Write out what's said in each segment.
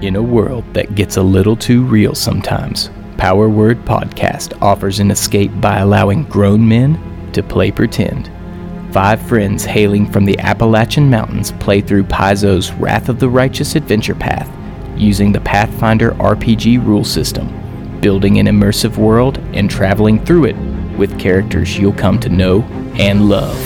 In a world that gets a little too real sometimes, Power Word Podcast offers an escape by allowing grown men to play pretend. Five friends hailing from the Appalachian Mountains play through Paizo's Wrath of the Righteous adventure path using the Pathfinder RPG rule system, building an immersive world and traveling through it with characters you'll come to know and love.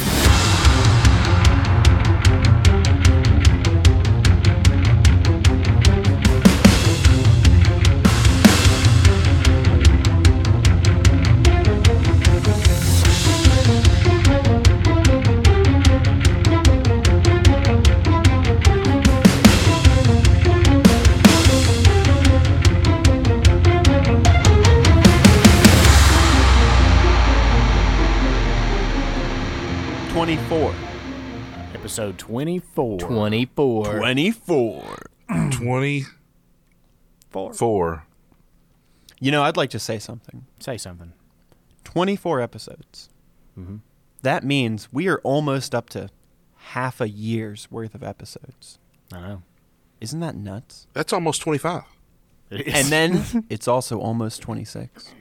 Twenty-four. Episode 24. 24. Twenty-four. 24. Four. You know, I'd like to say something. Say something. 24 episodes. Mm-hmm. That means we are almost up to half a year's worth of episodes. I know. Isn't that nuts? That's almost 25. And then it's also almost 26.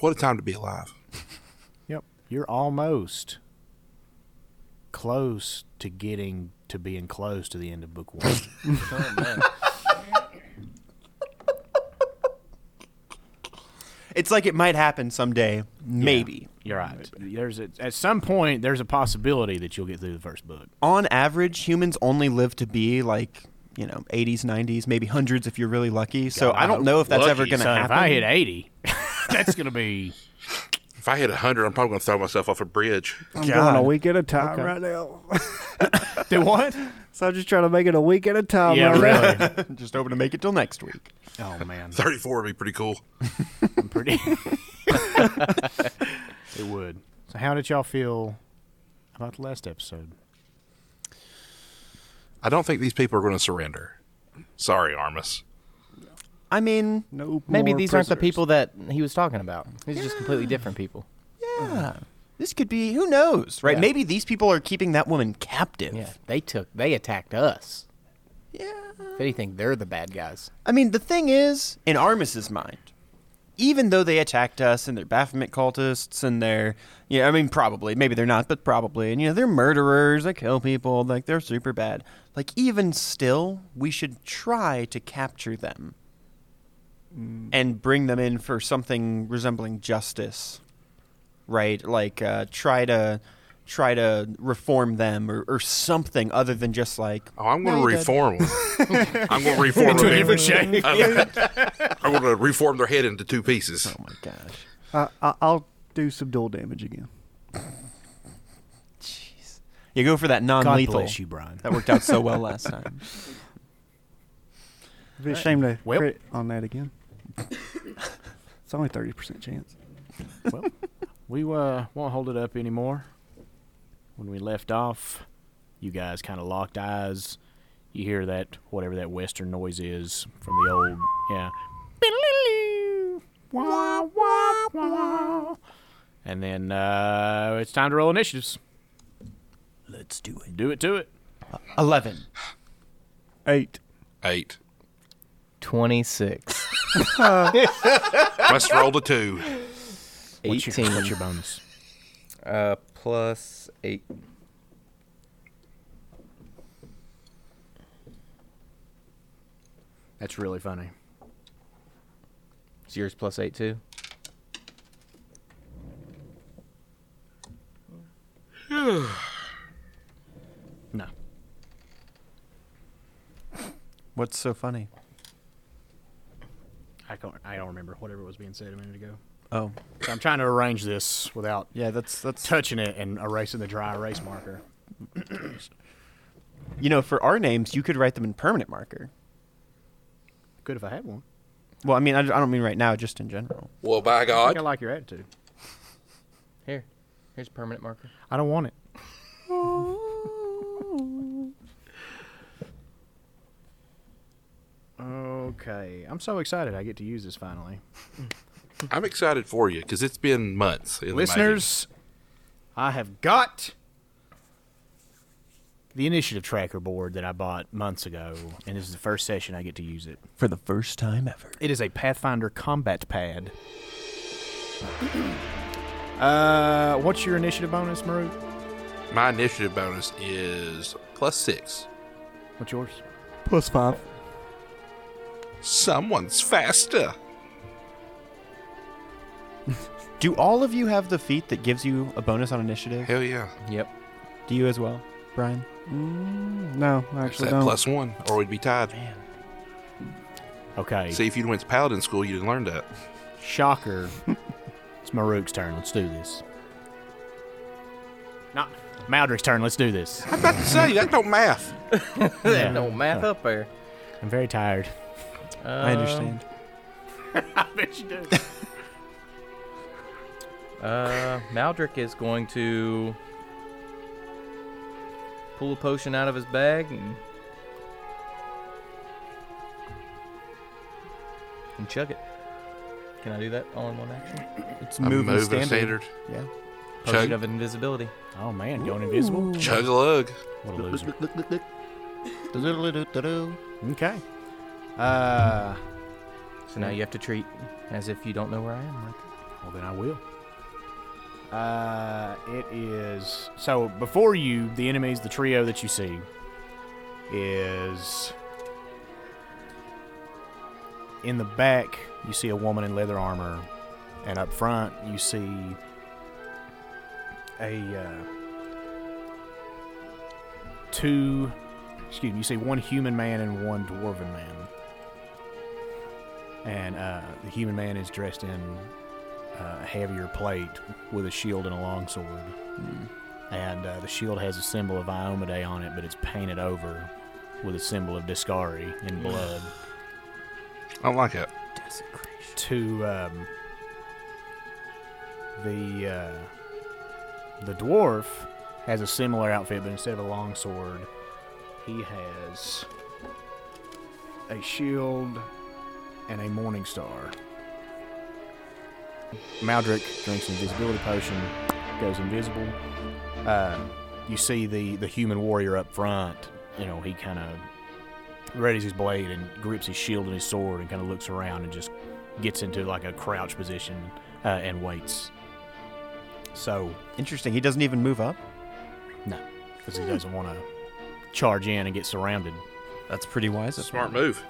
What a time to be alive. Yep. You're almost close to getting to being close to the end of book one. It's like it might happen someday, maybe. You're right. There's a, at some point there's a possibility that you'll get through the first book. On average, humans only live to be like, you know, 80s, 90s, maybe hundreds if you're really lucky. So I don't know if that's lucky, ever going to So if happen. I hit 80, that's going to be If I hit 100, I'm probably going to throw myself off a bridge. I'm going a week at a time right now. the what? So I'm just trying to make it a week at a time. Yeah, right now. really. Just hoping to make it till next week. Oh man, 34 would be pretty cool. I'm pretty. it would. So how did y'all feel about the last episode? I don't think these people are going to surrender. Sorry, Armus. I mean, No Maybe more these aren't the prisoners. people that he was talking about. These are just completely different people. yeah, Uh-huh. this could be, who knows, right? Yeah. Maybe these people are keeping that woman captive. Yeah, they took, they attacked us. yeah. If anything, they're the bad guys. I mean, the thing is, in Armis's mind, even though they attacked us and they're Baphomet cultists and they're, yeah, I mean, probably, maybe they're not, but probably, and you know, they're murderers, they kill people, like they're super bad. Like, even still, we should try to capture them Mm. and bring them in for something resembling justice, right? Like, uh, try to. Try to reform them or, or something other than just like Oh, I'm No, going you to did. reform them. I'm going to reform them. shape. I'm going to reform their head into two pieces. oh my gosh. I, I, I'll do some dual damage again. Jeez. You go for that God non-lethal. bless you, Brian. That worked out so well last time. It'd be a shame to Well. crit on that again. it's only thirty percent chance. well, we uh, won't hold it up anymore. When we left off, you guys kind of locked eyes. You hear that whatever that western noise is from the old yeah. Wah, wah, wah. And then uh, it's time to roll initiatives. Let's do it. Do it to it. Eleven. Eight. Eight. 26. Let's roll to two. What's your, what's your bonus? Uh, plus eight. That's really funny. Is yours plus eight too? No. What's so funny? I don't, I don't remember whatever was being said a minute ago. Oh, So I'm trying to arrange this without yeah. That's that's. touching it and erasing the dry erase marker. You know, for our names, you could write them in permanent marker. Good if I had one. Well, I mean, I, I don't mean right now, just in general. Well, by I think I God. like your attitude. Here, here's a permanent marker. I don't want it. okay, I'm so excited. I get to use this finally, I'm excited for you because it's been months. in the making. listeners. I have got the initiative tracker board that I bought months ago, and this is the first session I get to use it. For the first time ever. It is a Pathfinder combat pad. uh, what's your initiative bonus, Maru? My initiative bonus is plus six. What's yours? Plus five. Someone's faster. Do all of you have the feat that gives you a bonus on initiative? Hell yeah. Yep. Do you as well, Brian? Mm, no, It's I actually that don't. plus one, or we'd be tied. Okay. See, if you'd went to Paladin school, you'd have learned that. Shocker. it's Maruk's turn. Let's do this. Not Maldrick's turn. Let's do this. I'm about to say, that don't math. Yeah. no math up there. I'm very tired. I understand. Uh, I bet you do. Uh, Maldrick is going to pull a potion out of his bag and and chug it. Can I do that all in one action? It's I'm moving moving standard. standard. Yeah. Potion Chug. of invisibility. Oh man, going invisible. Chug a lug. What a loser. Okay. Uh, So now you have to treat as if you don't know where I am. Like, well then I will. Uh, it is so before you. The enemies, the trio that you see, is in the back. You see a woman in leather armor, and up front you see a uh, two. Excuse me. You see one human man and one dwarven man. And uh, the human man is dressed in uh, a heavier plate with a shield and a longsword. Hmm. And uh, the shield has a symbol of Iomade on it, but it's painted over with a symbol of Discari in blood. I don't like it. to um, the uh, the dwarf has a similar outfit, but instead of a longsword, he has a shield and a morning star. Maldrick drinks an invisibility potion, goes invisible. Uh, you see the the human warrior up front. You know he kind of readies his blade and grips his shield and his sword and kind of looks around and just gets into like a crouch position uh, and waits. So, Interesting. He doesn't even move up. no, because Hmm. he doesn't want to charge in and get surrounded. That's pretty wise. of Smart move.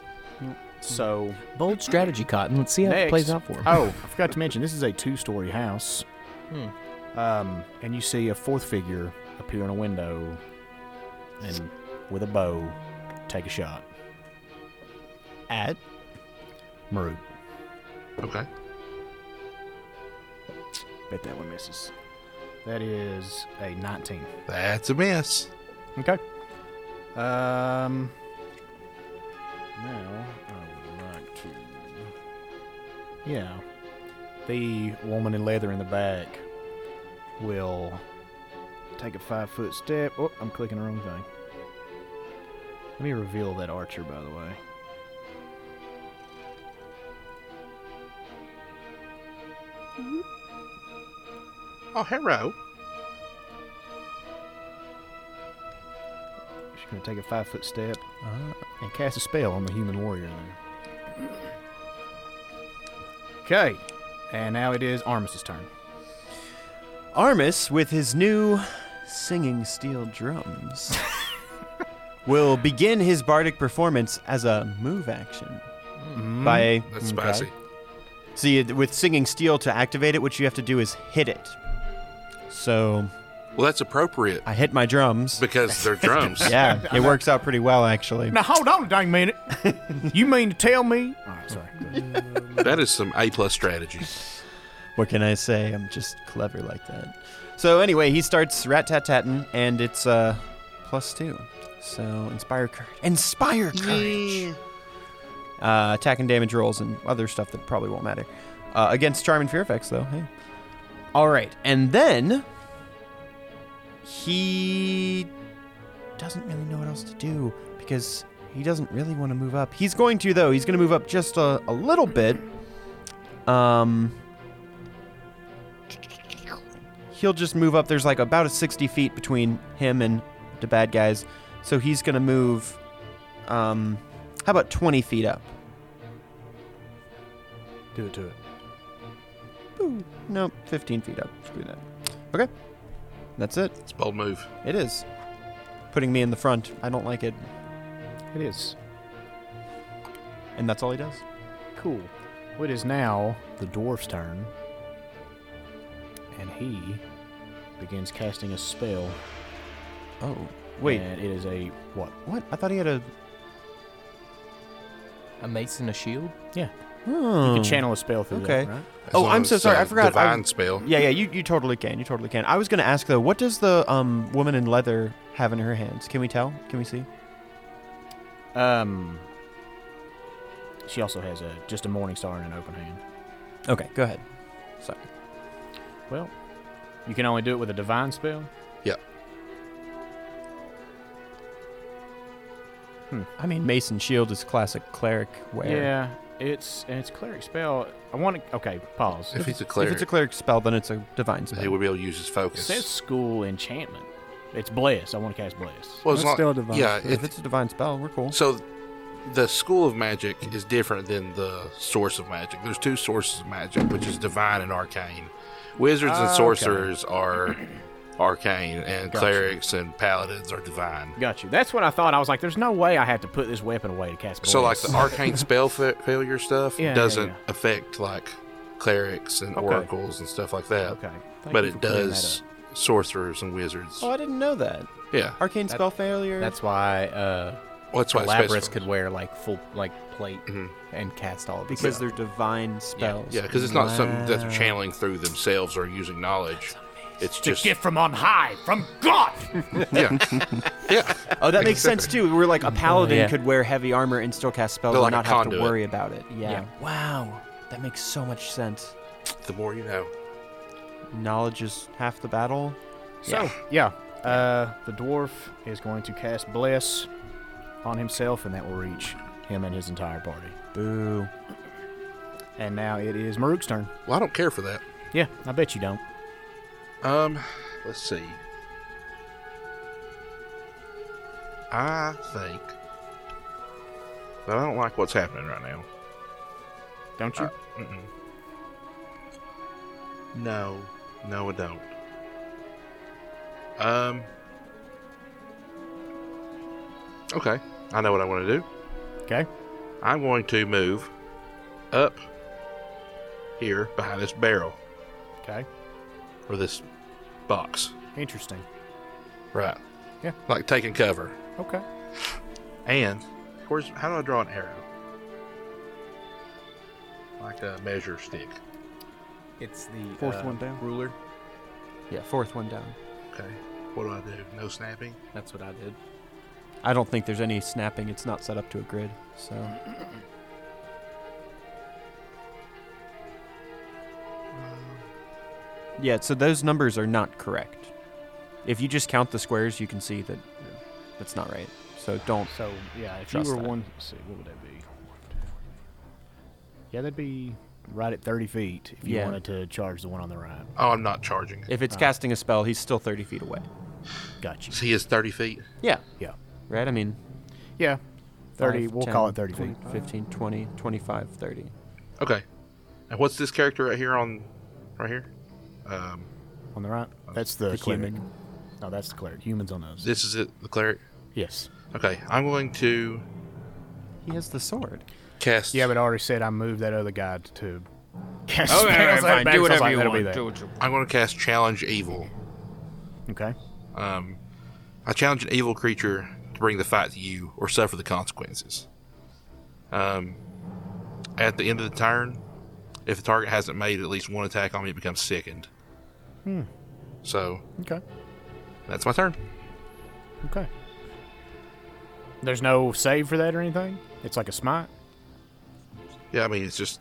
So, Bold strategy, Cotton. Let's see how next, it plays out for him. oh, I forgot to mention this is a two-story house. Hmm. Um, and you see a fourth figure appear in a window and with a bow take a shot at Marut. Okay. Bet that one misses. That is a 19. That's a miss. Okay. Um. Now I would like to. Yeah. The woman in leather in the back will take a five foot step. Oh, I'm clicking the wrong thing. Let me reveal that archer, by the way. Oh, hello. She's going to take a five foot step and cast a spell on the human warrior there. Okay. And now it is Armistice' turn. Armis, with his new singing steel drums, will begin his bardic performance as a move action by a. That's spicy. See, with singing steel to activate it, what you have to do is hit it. So Well, that's appropriate I hit my drums. because they're drums. yeah, it works out pretty well, actually. Now hold on a dang minute. you mean to tell me? All right, sorry. That is some A plus strategy. What can I say? I'm just clever like that. So anyway, he starts rat tat tatting, and it's uh, plus two. So inspire courage. Inspire courage. Uh, attack and damage rolls and other stuff that probably won't matter. Uh, against charm and fear effects, though. Hey. All right, and then he doesn't really know what else to do because he doesn't really want to move up. He's going to though. He's going to move up just a, a little bit. Um, he'll just move up. There's like about a 60 feet between him and to bad guys. So he's going to move. Um, how about 20 feet up? Do it to it. Ooh, no, 15 feet up. Screw that. Okay. That's it. It's a bold move. It is. Putting me in the front. I don't like it. It is. And that's all he does. Cool. Well, it is now the dwarf's turn. And he begins casting a spell. Oh. Wait, And it is a what? what? I thought he had a. A mace and a shield? You Hmm. can channel a spell through Okay. that, right? As Oh, long I'm so as, sorry, uh, I forgot, Divine I'm- spell. Yeah, yeah, you, you totally can. You totally can. I was going to ask, though, what does the um, woman in leather have in her hands? Can we tell? Can we see? Um. She also has a just a morning star and an open hand. Okay, go ahead. Sorry. Well, you can only do it with a divine spell. I mean, Mason Shield is classic cleric wear. Yeah, it's and it's cleric spell. I want to. Okay, pause. If he's a cleric, If it's a cleric spell, then it's a divine spell. he would be able to use his It says focus. school enchantment. It's bless. I want to cast bless. Well, it's That's not, still a divine yeah, spell. it- if it's a divine spell, we're cool. so the school of magic is different than the source of magic. There's two sources of magic, which is divine and arcane. Wizards and Ah, Okay. sorcerers are arcane, and clerics and paladins are divine. Got you. That's what I thought. I was like, there's no way I have to put this weapon away to cast bless. So like the arcane spell fa- failure stuff Yeah, yeah, doesn't yeah. affect like clerics and Okay. oracles and stuff like that. okay, Thank but you it for clearing that does up. sorcerers and wizards. Oh, I didn't know that. yeah, Arcane That- spell failure. That's why uh well, that's why it's Labrys special. could wear like full like plate Mhm. and cast all of his because stuff. they're divine spells. Yeah, because it's not something that they're channeling through themselves or using knowledge. It's It's just a gift from on high, from God. yeah, yeah. Oh, that makes sense too. We're like a paladin yeah. could wear heavy armor and still cast spells They're and like a not have to conduit. worry about it. Yeah. Yeah. Wow, that makes so much sense. The more you know. Knowledge is half the battle. So yeah, uh, the dwarf is going to cast bless on himself, and that will reach him and his entire party. Boo. And now it is Maruk's turn. Well, I don't care for that. Yeah, I bet you don't. Um, let's see. I think that I don't like what's happening right now. Don't you? Mm-mm. No, no, I don't. Um. Okay, I know what I want to do. Okay. I'm going to move up here behind this barrel Okay. or this box. Interesting. Right. Yeah. Like taking cover. Okay. And where's how do I draw an arrow? Like a measure stick. it's the Fourth uh, one down. ruler. Yeah, fourth one down. Okay. What do I do? No snapping. That's what I did. I don't think there's any snapping. It's not set up to a grid. So yeah, so those numbers are not correct. If you just count the squares, you can see that that's not right. So don't. So yeah, if Trust you were that. one, let's see what would that be? Yeah, that'd be right at thirty feet if you Yeah. wanted to charge the one on the right. Oh, I'm not charging. If it's casting a spell, he's still 30 feet away. Got you. See, it's 30 feet. Yeah. Yeah. Right? I mean, Yeah. Thirty. five, we'll 10, call it thirty feet. 15, 20, 25, 30. Okay. And what's this character right here on, right here? Um, On the right. That's the, the cleric. human. No, that's the cleric. Humans on those. this is it, the cleric. yes. Okay, I'm going to He has the sword. cast. Yeah, but I already said I moved that other guy to. Cast Okay, spells alright, at fine. back, Do so I was whatever like, you that'll want. be Do that. what you want. I'm going to cast challenge evil. Okay. Um, I challenge an evil creature to bring the fight to you or suffer the consequences. Um, at the end of the turn, if the target hasn't made at least one attack on me, it becomes sickened. Hmm. So Okay. that's my turn. Okay. There's no save for that or anything. It's like a smite. Yeah, I mean it's just.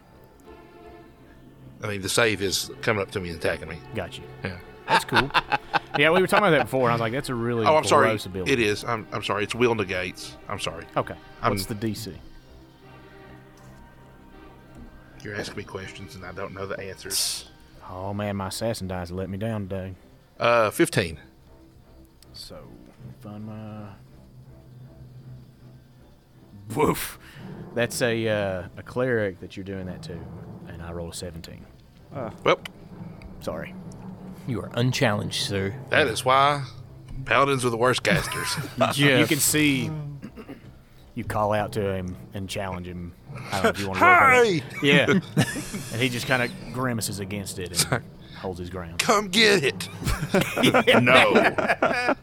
I mean the save is coming up to me and attacking me. Got you. Yeah. That's cool. yeah, we were talking about that before, and I was like, that's a really Oh, I'm sorry. gross ability. It is. I'm, I'm sorry. It's will negates. I'm sorry. Okay. I'm- What's the DC? You're asking me questions and I don't know the answers. Oh man, my assassin dies let me down today. Uh, 15. So Find my. Woof. That's a uh, a cleric that you're doing that to, and I rolled a 17. Well, Sorry. You are unchallenged, sir. that is why paladins are the worst casters. You can see. You call out to him and challenge him. I don't know if you want to. roll hey, for that. Yeah. and he just kind of grimaces against it and holds his ground. come get it. no.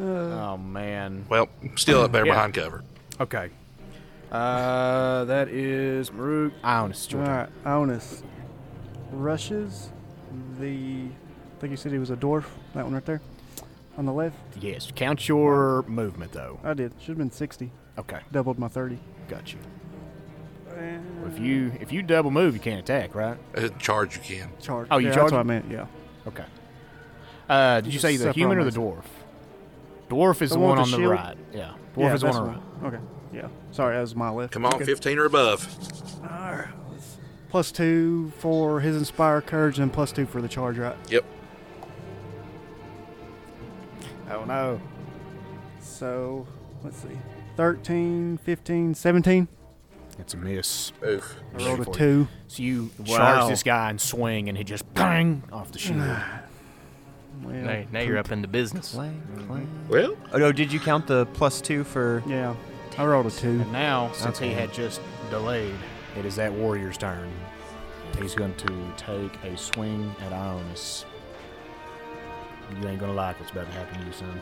Oh man. Well, still up there Yeah. behind cover. Okay. Uh, that is Maruk. Ion, it's All your turn. right, Onus rushes the. I think you said he was a dwarf. That one right there, on the left. Yes. Count your movement though. I did. Should have been sixty. Okay. Doubled my thirty. Got you. If you if you double move, you can't attack, right? Uh, charge you can. Charge. Oh, you yeah, charged That's what I him? meant. Yeah. Okay. Uh, did you Just say the separate human or them the dwarf? Dwarf is The the, one one with on the the shield? right. Yeah. Dwarf yeah, is the one that's on the right. one. Okay. Yeah. Sorry, that was my left. Come on, Okay. 15 or above. Plus two for his inspire courage and plus two for the charge. Right. Yep. Oh no. So let's see. 13, 15, 17. It's a miss. Oof. I rolled a Shoot for two. So you Wow. charge this guy and swing, and he just bang off the shield. Mm. Well, Now, now you're up into business. Well, Oh no! Did you count the plus two for? Yeah. I rolled a two. and now, since he Okay. had just delayed, it is that warrior's turn. He's going to take a swing at Ionis. You ain't gonna like what's about to happen to you, son.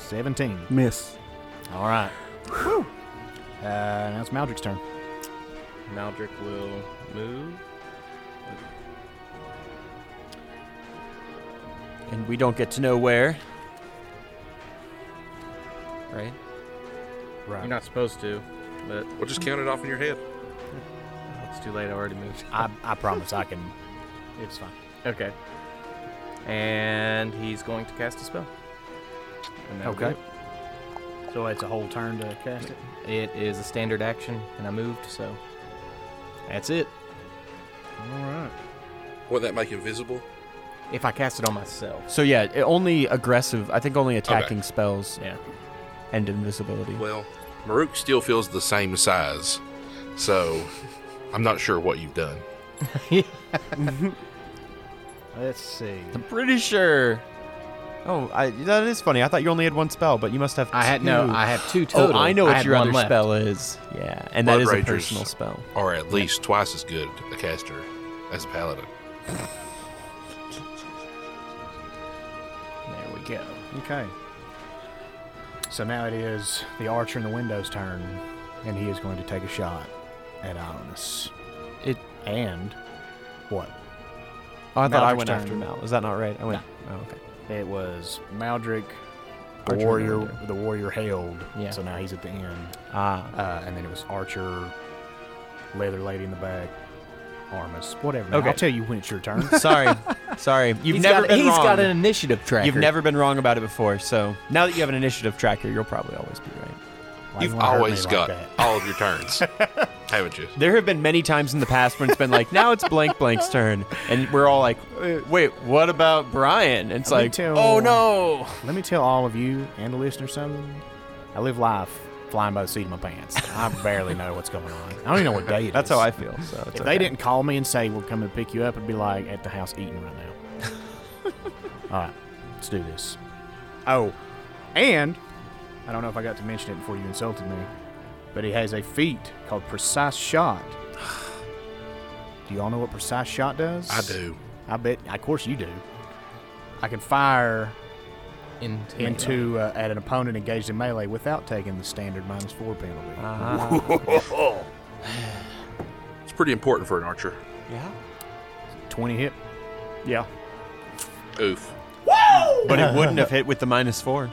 Seventeen. Miss. All right. Uh, now it's Maldrick's turn. Maldrick will move. And we don't get to know where. Right? Right. You're not supposed to, but we'll just count it off in your head. it's too late. I already moved. I, I promise I can. It's fine. Okay. And he's going to cast a spell. And that'll do Okay. So it's a whole turn to cast it. it. It is a standard action, and I moved, so that's it. All right. Wouldn't that make invisible? If I cast it on myself. So yeah, it- only aggressive. I think only attacking spells Yeah. and invisibility. Well, Maruk still feels the same size, so I'm not sure what you've done. Let's see. I'm pretty sure. Oh, I, that is funny. I thought you only had one spell, but you must have. I had no. two. I have two total. Oh, I know what had your one other left. spell is. Yeah, and that Blood is Ragers. a personal spell. Or at least twice as good a caster as a paladin. There we go. Okay. So now it is the archer in the window's turn, and he is going to take a shot at Ionis. It- and what? Oh, I thought I Malik's went turn. after Mal. Is that not right? I went. Oh, okay. It was Maldrick, Archer the in the warrior. window. The warrior hailed. Yeah. So now he's at the end. Ah, Uh, and then it was Archer, leather lady in the back, Armus, whatever. man. Okay. I'll tell you when it's your turn. sorry, sorry. You've He's never got, been he's wrong. got an initiative tracker. You've never been wrong about it before. So now that you have an initiative tracker, you'll probably always be right. Why you You've wanna hurt me always like got that? all of your turns, haven't you? There have been many times in the past when it's been like, now it's blank blank's turn, and we're all like, "Uh, wait, what about Brian? And it's Let me like, tell- oh no. Let me tell all of you and the listeners something. I live life flying by the seat of my pants. I barely know what's going on. I don't even know what day it is. That's how I feel. So it's If okay. they didn't call me and say we're coming to pick you up, I'd be like at the house eating right now. all right, let's do this. Oh, and I don't know if I got to mention it before you insulted me, but he has a feat called Precise Shot. Do y'all know what Precise Shot does? I do. I bet. Of course you do. I can fire into. into uh, at an opponent engaged in melee without taking the standard minus four penalty. It's pretty important for an archer. Twenty hit. Yeah. Oof. But it wouldn't have hit with the minus four.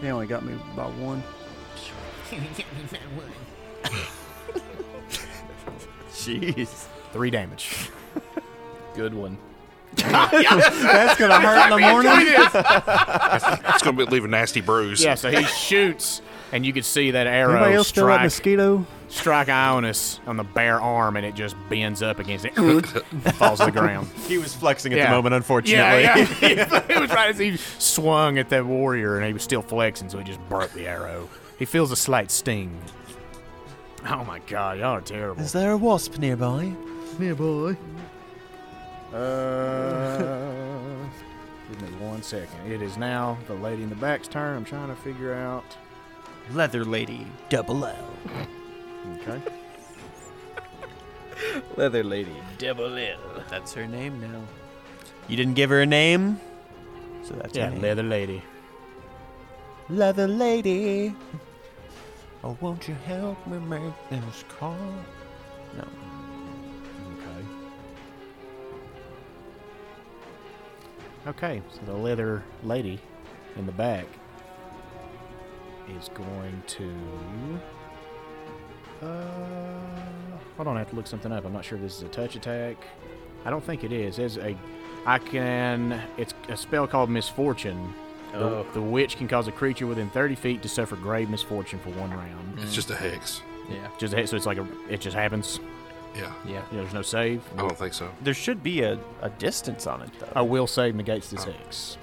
He only got me by one. Jeez. Three damage. good one. That's gonna hurt in the morning. It's going to leave a nasty bruise. Yeah, so he shoots, and you can see that arrow Anybody else feel that strike. mosquito? strike Ionis on the bare arm, and it just bends up against it, falls to the ground. He was flexing at Yeah. the moment, unfortunately. yeah. it was right as he swung at that warrior, and he was still flexing, so he just broke the arrow. He feels a slight sting. Oh my god, y'all are terrible. there a wasp nearby? Uh, give me one second. It is now the lady in the back's turn. I'm trying to figure out. Leather Lady Double L. Okay. Leather lady. Double L. That's her name now. You didn't give her a name? So that's Yeah, her name. leather lady. Leather Lady. Oh, won't you help me make this call? No. Okay. Okay, so the leather lady in the back is going to. Uh, hold on, I have to look something up. I'm not sure if this is a touch attack. I don't think it is. It's a. I can. It's a spell called Misfortune. The, Oh. the witch can cause a creature within 30 feet to suffer grave misfortune for one round. It's just a hex. Yeah. Just a- so it's like a. It just happens. Yeah, Yeah. You know, there's no save. I don't think so. There should be a, a distance on it, though. A will save negates this hex.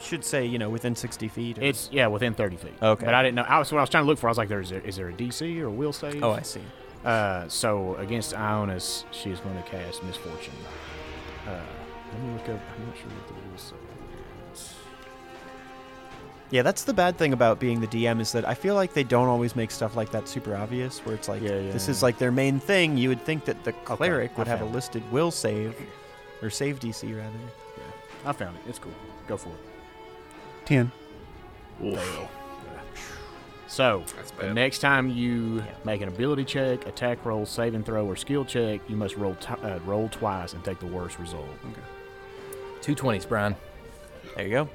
should say, you know, within 60 feet. or- It's yeah, within thirty feet. Okay. But I didn't know. I was what I was trying to look for. I was like, "There's is there a DC or a will save?" oh, I see. Uh, so against Ionis, she is going to cast Misfortune. Uh, let me look up. I'm not sure what the will save is. Yeah, that's the bad thing about being the DM is that I feel like they don't always make stuff like that super obvious, where it's like, Yeah, yeah, this yeah. is like their main thing. You would think that the cleric would I have a found it. listed will save, or save DC rather. I found it. It's cool. Go for it. Ten. So That's the bad. next time you make an ability check, attack roll, save and throw, or skill check, you must roll t- uh, roll twice and take the worst result. Two twenties, Brian. There you go.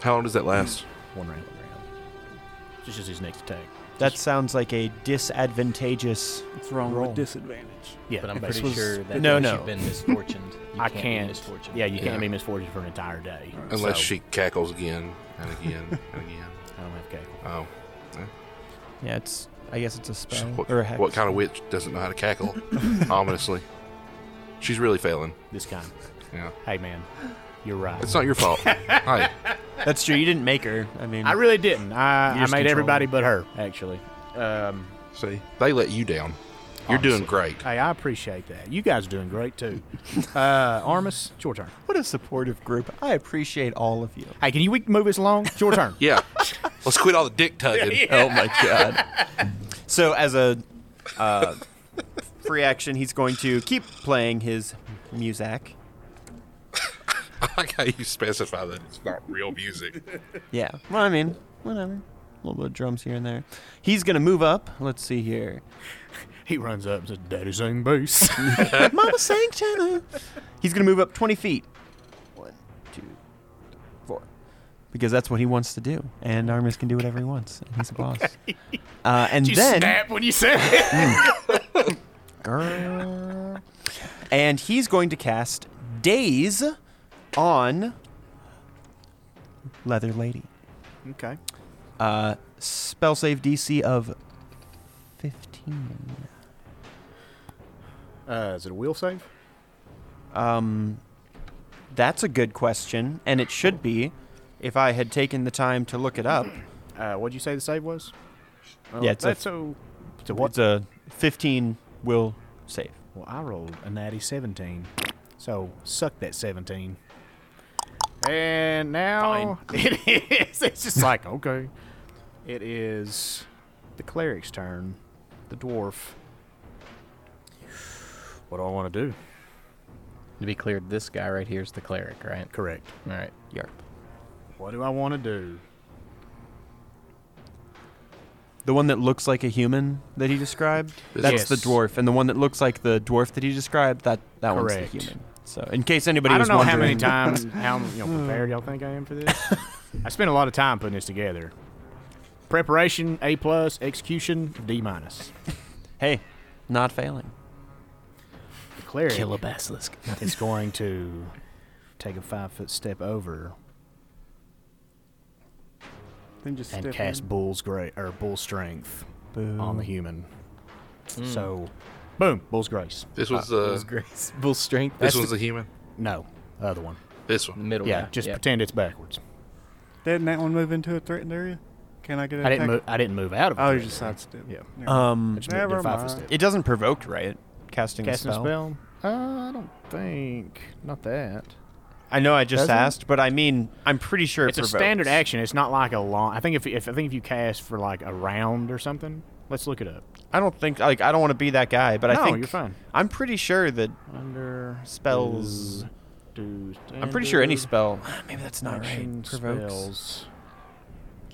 How long does that last? One round. One round. This is his next attack. That sounds like a disadvantageous. It's wrong Roll. with disadvantage. Yeah, But I'm this pretty was- sure that No, once no. you've been misfortuned, you I can't. be can't. misfortuned. yeah, you Yeah. can't be misfortune for an entire day. Unless So, she cackles again and again and again. I don't have cackle. Oh, Yeah, it's. I guess it's a sh- spell what, or a hex. what kind of witch doesn't know how to cackle? Ominously, she's really failing. This kind. Yeah, Hey, man, you're right. it's not your fault. Hi. That's true. You didn't make her. I mean, I really didn't. You I, I made just control everybody but her, actually. Um, See, they let you down. You're doing great. hey, I appreciate that. You guys are doing great too. Uh, Armis, it's your turn. what a supportive group. I appreciate all of you. Hey, can you we- move this along? It's your turn. Yeah. Let's quit all the dick tugging. Oh my god. so as a uh, free action, he's going to keep playing his muzak. I like how you specify that it's not real music. Yeah. Well, I mean, whatever. A little bit of drums here and there. He's gonna move up. Let's see here. He runs up and says, "Daddy sang bass." Mama sang China. He's gonna move up 20 feet. One, two, four. Because that's what he wants to do, and Armis can do whatever he wants, and he's a boss. Uh, and you then, snap when you said it. Grrr. Uh, and he's going to cast Daze on Leather Lady. okay. Uh, spell save DC of 15. Uh, is it a wheel save? Um, that's a good question, and it should be if I had taken the time to look it up. Uh, what'd you say the save was? Well, Yeah, it's a- that's so. So what? It's a 15 will save. Well, I rolled a natty 17. So, suck that 17. And now it is. It's just like, okay. It is the cleric's turn, the dwarf. What do I want to do? To be clear, this guy right here is the cleric, right? Correct. All right. Yarp. What do I want to do? The one that looks like a human that he described, This that's Yes. the dwarf, and the one that looks like the dwarf that he described, that that one's Correct. the human. So, in case anybody I was don't know how many wondering- times, how you know, prepared y'all think I am for this. I spent a lot of time putting this together. Preparation, A plus. Execution, D minus. Hey, not failing. The cleric. Kill a basilisk. It's going to take a five foot step over Then just and step cast in. bull's great or bull strength on the human. So, boom, Bull's Grace. This was Bull's the grace. Bull's strength. this That's one's the Mm, human. No, the other one. This the one. middle. Oh, Yeah, guy. just Yep. pretend it's backwards. Didn't that one move into a threatened area? Can I get an I didn't attack? move. I didn't move out of. Oh, it. you just sidestep. Yeah. Never mind. Um, I just moved Never to five foot mind. step. it doesn't provoke, right? Casting, Casting a a spell. spell? Uh, I don't think. Not that. I know I just Doesn't? asked, but I mean, I'm pretty sure It's it a provokes. standard action. It's not like a long. I think if, if I think if you cast for like a round or something, let's look it up. I don't think like I don't want to be that guy, but No, I think you're fine. I'm pretty sure that Under Spells. Do I'm pretty sure any standard spell. Ah, Maybe that's not action right. Provokes. Spells.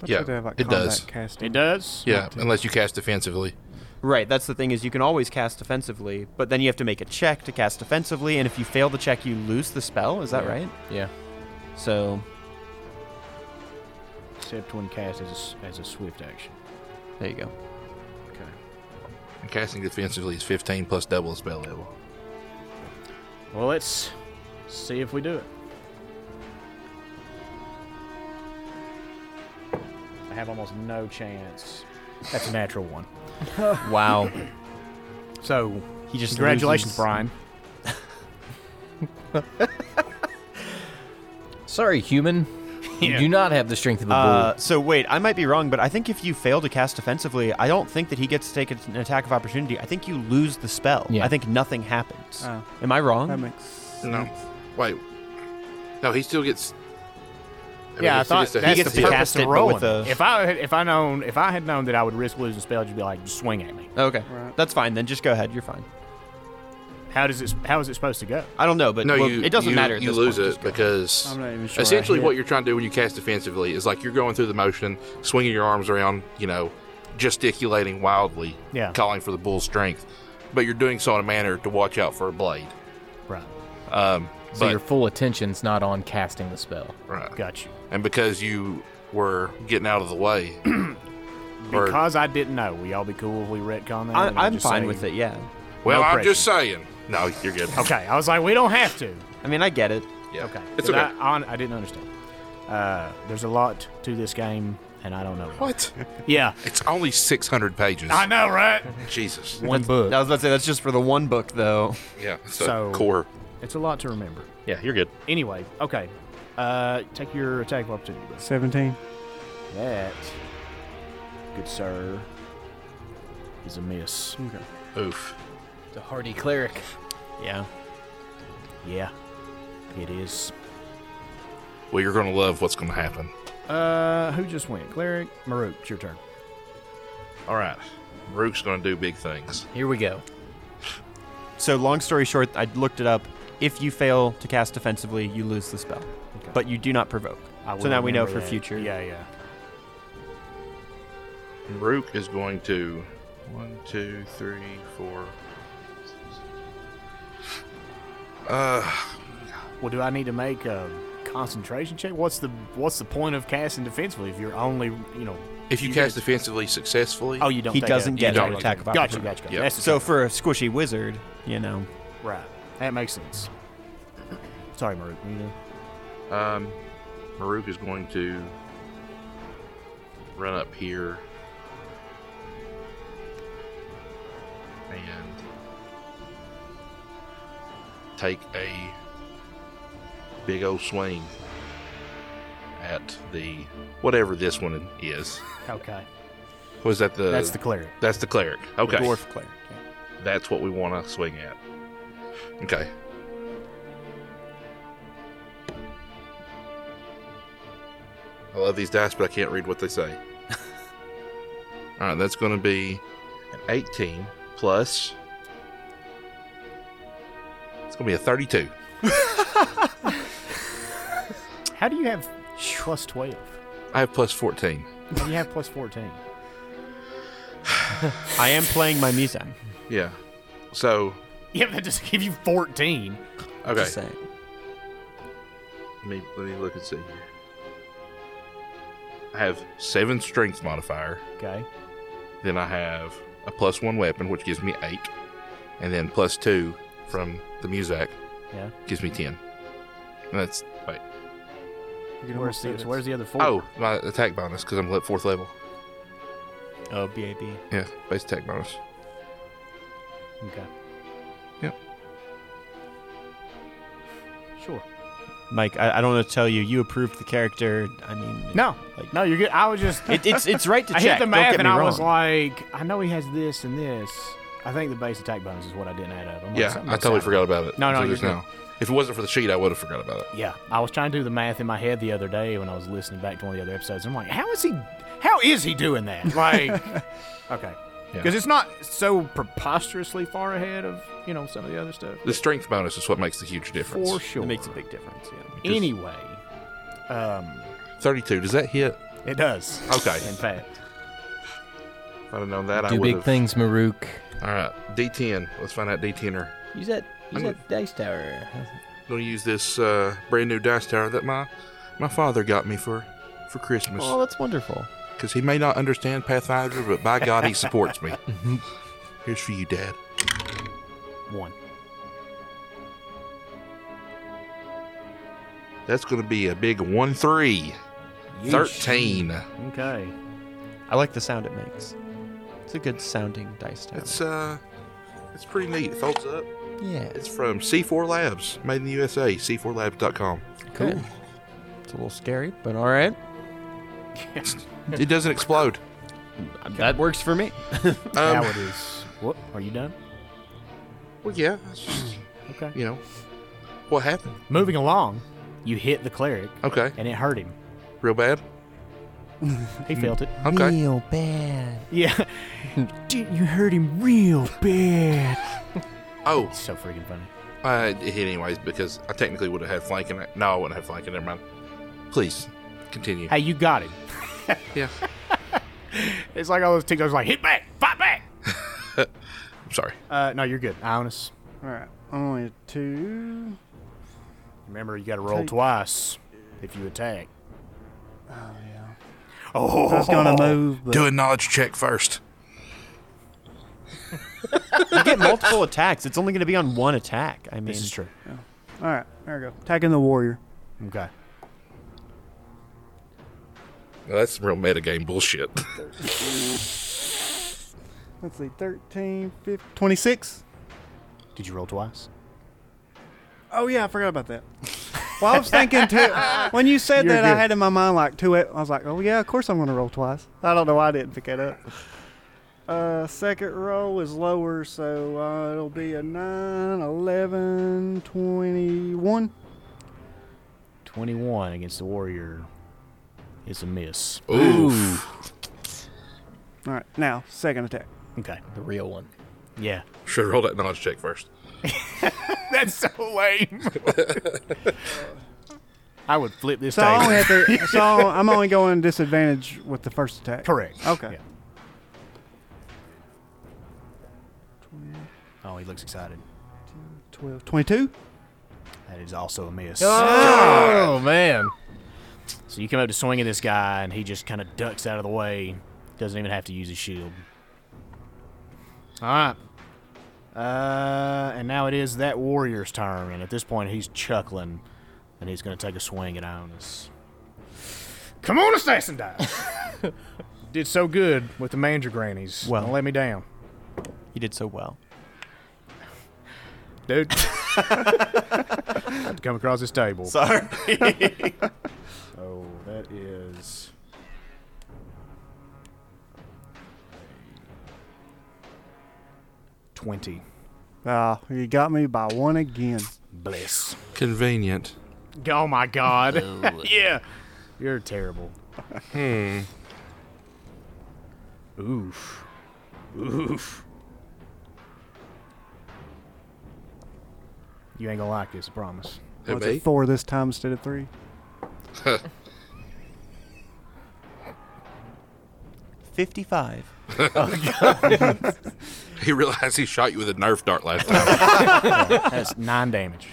Looks yeah, like they have, like, it combat does. Casting. It does. Yeah, unless you cast defensively. Right. That's the thing is you can always cast offensively, but then you have to make a check to cast offensively, and if you fail the check, you lose the spell. Is that Yeah. right? Yeah. So Except when cast as a, s- as a swift action. there you go. Okay. And casting defensively is 15 plus double the spell level. Well, let's see if we do it. I have almost no chance. That's a natural one. Wow. So, he just loses. congratulations, Brian. Sorry, human. You do not have the strength of a bull. Uh, so wait, I might be wrong, but I think if you fail to cast defensively, I don't think that he gets to take an attack of opportunity. I think you lose the spell. Yeah. I think nothing happens. Oh. Am I wrong? That makes sense. No. Mm-hmm. Wait. No, he still gets. I mean, yeah, I he still thought gets to- that's he gets the to purpose cast of it, but with rolling. a- If I had, if I known if I had known that I would risk losing spell, you'd be like, just swing at me. Okay, Right. that's fine. Then just go ahead. You're fine. How does it? How is it supposed to go? I don't know, but No, well, you, it doesn't you- matter. At You this lose point. it because I'm not even sure. I essentially hit. what you're trying to do when you cast defensively is like you're going through the motion, swinging your arms around, you know, gesticulating wildly, Yeah. calling for the bull's strength, but you're doing so in a manner to watch out for a blade. Right. Um, so but, your full attention's not on casting the spell. right. Got you. and because you were getting out of the way, or- Because I didn't know. Will y'all be cool if we retcon that? I, and I'm just fine say- with it. Yeah. well, No I'm just saying. No, you're good. Okay. I was like, we don't have to. I mean, I get it. Yeah. Okay. it's 'Cause okay. I, hon- I didn't understand. Uh, there's a lot to this game, and I don't know. it. what? Yeah. It's only 600 pages. know, right? Jesus. One book. I was about to say that's just for the one book, though. Yeah. It's So- a core. It's a lot to remember. Yeah, you're good. Anyway, okay. Uh, take your attack of opportunity. bro. 17. That, good sir, is a miss. Hmm. Okay. Oof. The hardy cleric. Yeah. Yeah, it is. Well, you're going to love what's going to happen. Uh, who just went? Cleric, Maruk, it's your turn. All right. Rook's going to do big things. Here we go. So long story short, I looked it up. If you fail to cast defensively, you lose the spell, Okay. but you do not provoke. I So will now we know remember for that. future. Yeah, yeah. Rook is going to. One, two, three, four. Uh, Well, do I need to make a concentration check? What's the What's the point of casting defensively if you're only you know? if you, You cast did- defensively successfully, Oh, you don't. He take doesn't a, get you an don't. attack of Gotcha, opportunity. gotcha. gotcha. Yep. That's the So check. for a squishy wizard, you know. right, that makes sense. Sorry, Maruk. you know? um, Maruk is going to run up here and take a big old swing at the whatever this one is. Okay, Was that the? that's the cleric. That's the cleric. Uh, Okay. Dwarf cleric. That's what we want to swing at. Okay. I love these dice, but I can't read what they say. All right, that's going to be an 18 plus. It's going to be a 32. How do you have plus twelve? I have plus 14. How do you have plus fourteen? I am playing my Mizan. Yeah. So, Yeah, but that just give you fourteen. okay. Just saying. Let me, let me look and see here. I have seven strength modifier. Okay. Then I have a plus one weapon, which gives me eight, and then plus two from the Muzak Yeah. gives me ten. And that's wait. You can Where's almost the see Where's the other four? Oh, my attack bonus because I'm at fourth level. Oh, BAB. Yeah, base attack bonus. Okay. Yep. Sure. Mike, I, I don't want to tell you. You approved the character. I mean, No, Like- no, you're good. I was just it, it's it's right to I check. hit don't the math get and me I wrong. was like, I know he has this and this. I think the base attack bonus is what I didn't add up. I'm like, Yeah, something I else totally happened. forgot about it. No, no, until you're just now. If it wasn't for the sheet, I would have forgot about it. Yeah, I was trying to do the math in my head the other day when I was listening back to one of the other episodes. I'm like, how is he? How is he doing that? Like, okay, Yeah. because it's not so preposterously far ahead of you know some of the other stuff. The strength bonus is what makes the huge difference. For sure. It makes a big difference. Yeah. anyway, um, 32. Does that hit? it does. Okay. In fact, If I'd have known that, I Do would big have. things, Maruk. All right, D10. Let's find out er. D10er. Use that. Use I'm- that dice tower. Gonna use this uh, brand new dice tower that my my father got me for for Christmas Oh, that's wonderful. because he may not understand Pathfinder, but by God, he supports me. Here's for you, Dad. one. That's gonna be a big one three. Thirteen. Okay. I like the sound it makes. It's a good sounding dice tower. That's uh, it's pretty neat. It folds up. Yeah. It's from C4 Labs, made in the USA. C4Labs.com. cool. It's a little scary, but all right. It doesn't explode. That works for me. Um, now it is. What? Are you done? well, yeah. it's just, Okay. you know, what happened? Moving along, you hit the cleric, Okay, and it hurt him. real bad. He felt it. Okay. Real bad. Yeah. Dude, you hurt him real bad. Oh, So freaking funny. uh, it hit anyways because I technically would have had flanking. it. No, I wouldn't have flanking. Never mind. Please continue. Hey, you got him. Yeah, It's like all those TikToks like, hit back, fight back. I'm sorry. Uh, no, you're good. Ionis, All right. I'm only two. remember you got to roll Take- twice if you attack. Oh yeah. Oh, I was gonna move, but Do a knowledge check first. you get multiple attacks. It's only going to be on one attack. I mean, This is true. all right. There we go. Attacking the warrior. Okay. Now, that's some real metagame bullshit. Let's see. 13, 15, 26. Did you roll twice? Oh yeah, I forgot about that. Well, I was thinking too. When you said You're that, I good. had in my mind like two. I was like, oh yeah, of course I'm going to roll twice. I don't know why I didn't pick that up. Uh, second roll is lower, so uh, it'll be a 9, 11, 21. 21 against the warrior is a miss. Oof. All right, now second attack. Okay. The real one. Yeah. Should have rolled that knowledge check first. That's so lame. I would flip this So I only table. have to. So I'm only going disadvantage with the first attack. Correct. Okay. Yeah. Oh, he looks excited. 12, 22. That is also a miss. Oh man. So you come up to swing at this guy, and he just kind of ducks out of the way. Doesn't even have to use his shield. All right. Uh, and now it is that warrior's turn, and at this point he's chuckling, and he's going to take a swing at Ionis. Come on, assassin die! Did so good with the manger grannies. Well. Don't let me down, you did so well. dude. I have to come across this table. Sorry. So Oh, that is. Twenty. Ah, you got me by one again. Bless. Convenient. Oh my god. yeah. You're terrible. Hmm. Oof. Oof. You ain't gonna like this, I promise. Hey, What's mate. it four this time instead of three? Fifty-five. He realized he shot you with a Nerf dart last time. That's nine damage.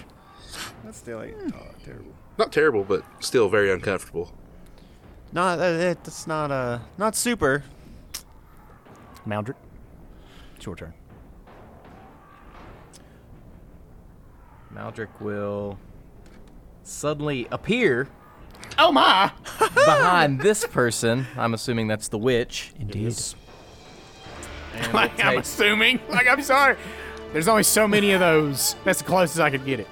That's still eight. Oh, terrible. Not terrible, but still very uncomfortable. Not. Uh, it- that's not uh, not super. Maldred. It's your turn. Maldrick will suddenly appear Oh my! Ah. behind this person. I'm assuming that's the witch. Indeed. And will like I'm take- assuming. Like I'm sorry. There's only so many of those. That's the closest I could get it.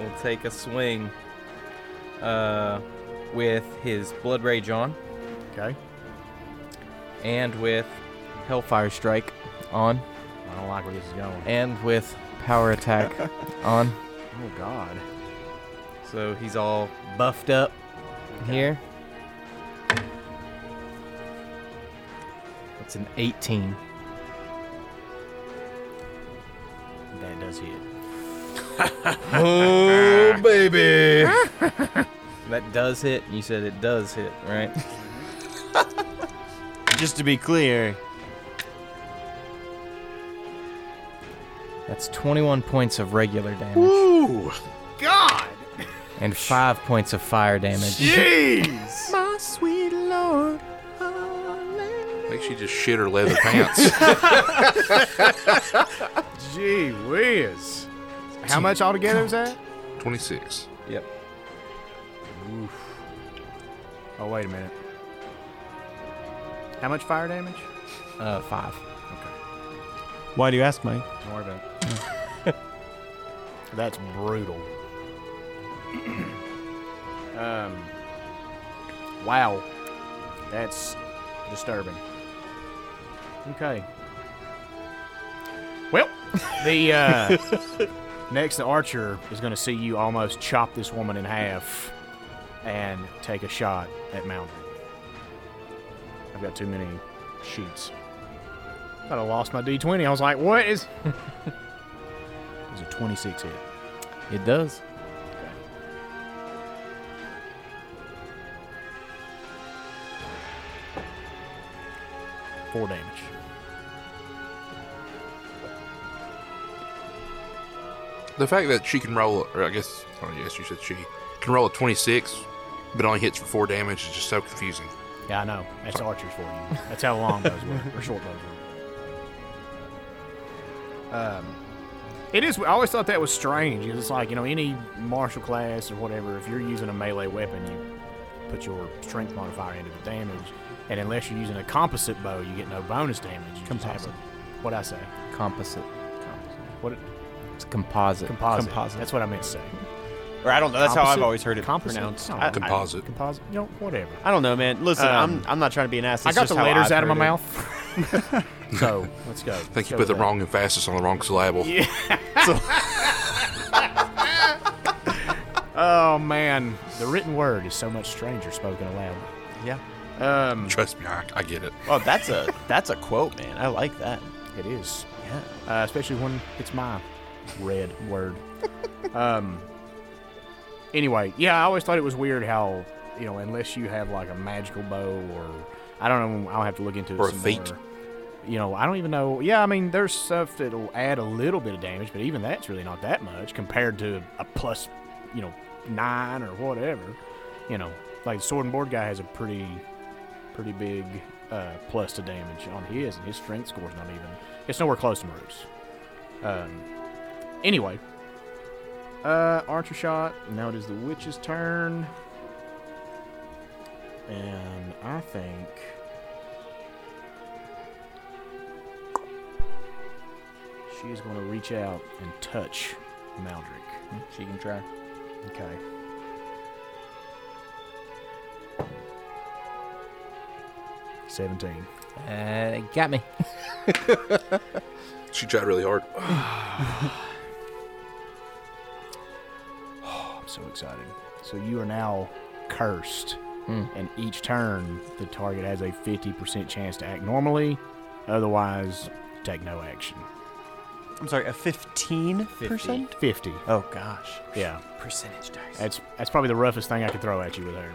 We'll take a swing uh, with his Blood Rage on Okay. and with Hellfire Strike on I don't like where this is going. and with Power Attack on. Oh God. So he's all buffed up here. That's an 18. That does hit. Oh, baby. that does hit. You said it does hit, right? Just to be clear, That's 21 points of regular damage Ooh. God. and 5 points of fire damage. Jeez. Make sure you just shit her leather pants. Gee whiz. How much altogether was that? 26. Yep. Oh wait a minute. How much fire damage? Uh, 5. why do you ask, Mike? Don't worry about it. That's brutal. um. Wow. That's disturbing. Okay. Well, the uh, next the archer is going to see you almost chop this woman in half and take a shot at Mountain. I've got too many sheets. Thought I lost my D20. I was like, what is. It's a 26 hit. It does. Four damage. The fact that she can roll, a- or I guess, oh yes, you said she can roll a 26, but only hits for four damage is just so confusing. Yeah, I know. That's archers for you. That's how long those were, or short those were. Um, it is. I always thought that was strange. It's like you know, any martial class or whatever. If you're using a melee weapon, you put your strength modifier into the damage, and unless you're using a composite bow, you get no bonus damage. You just have a- Composite. What'd I say? Composite. What? It's composite. Composite. Composite. That's what I meant to say. Or I don't know. That's how I've Composite? always heard it Composite? Oh. pronounced. No. I, I, Composite. Composite. You know, whatever. I don't know, man. Listen, Uh, Um, I'm I'm not trying to be an ass. I It's got just the how letters I've out of my heard it. mouth. so let's go. I think you put the wrong emphasis on the wrong syllable. Oh man, the written word is so much stranger spoken aloud. Yeah. Um, Trust me, I, I get it. Oh, that's a that's a quote, man. I like that. it is, Yeah. uh, especially when it's my red word. Um. Anyway, yeah, I always thought it was weird how you know unless you have like a magical bow or I don't know, I'll have to look into it. Or a some feat. more. You know, I don't even know. Yeah, I mean, there's stuff that'll add a little bit of damage, but even that's really not that much compared to a plus, you know, nine or whatever. You know, like the sword and board guy has a pretty pretty big uh, plus to damage on his, and his strength score's not even. It's nowhere close to Maroof's. Um, anyway, uh, archer shot. Now it is the witch's turn, and I think. She is going to reach out and touch Maldrick. She can try. Okay. Seventeen. Uh, got me. She tried really hard. Oh, I'm so excited. So you are now cursed, Hmm. and each turn the target has a 50% chance to act normally. Otherwise, take no action. I'm sorry, a 15 percent. 50. Oh gosh. Yeah, Percentage dice. that's that's probably the roughest thing I could throw at you with her.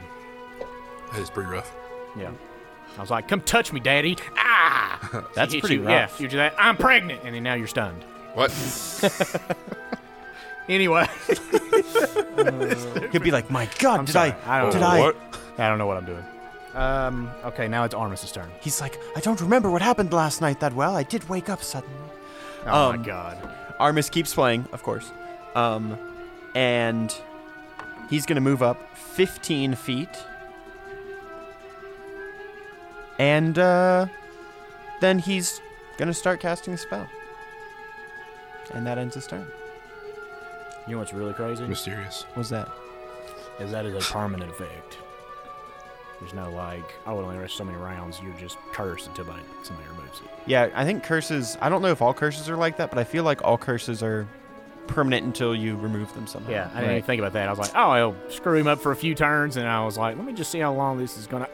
That is pretty rough. Yeah. I was like, "Come touch me, daddy!" Ah, That's Hit pretty you. rough. Yeah, you do that. I'm pregnant, and then now you're stunned. What? Anyway, Could be like, my God, I'm did sorry. I? I don't did know. I? What? I don't know what I'm doing. Um. Okay, now it's Armistice turn. He's like, I don't remember what happened last night that well. I did wake up suddenly. Oh Um, my god. Armis keeps playing, of course. Um, and he's going to move up 15 feet. And uh, then he's going to start casting a spell. And that ends his turn. You know what's really crazy? Mysterious. What's that? Is that is a permanent effect. There's no like, oh, it only rests so many rounds. You're just cursed until they, somebody removes it. Yeah, I think curses. I don't know if all curses are like that, but I feel like all curses are permanent until you remove them somehow. Yeah, I didn't even think about that. I was like, oh, it'll screw him up for a few turns, and I was like, let me just see how long this is gonna.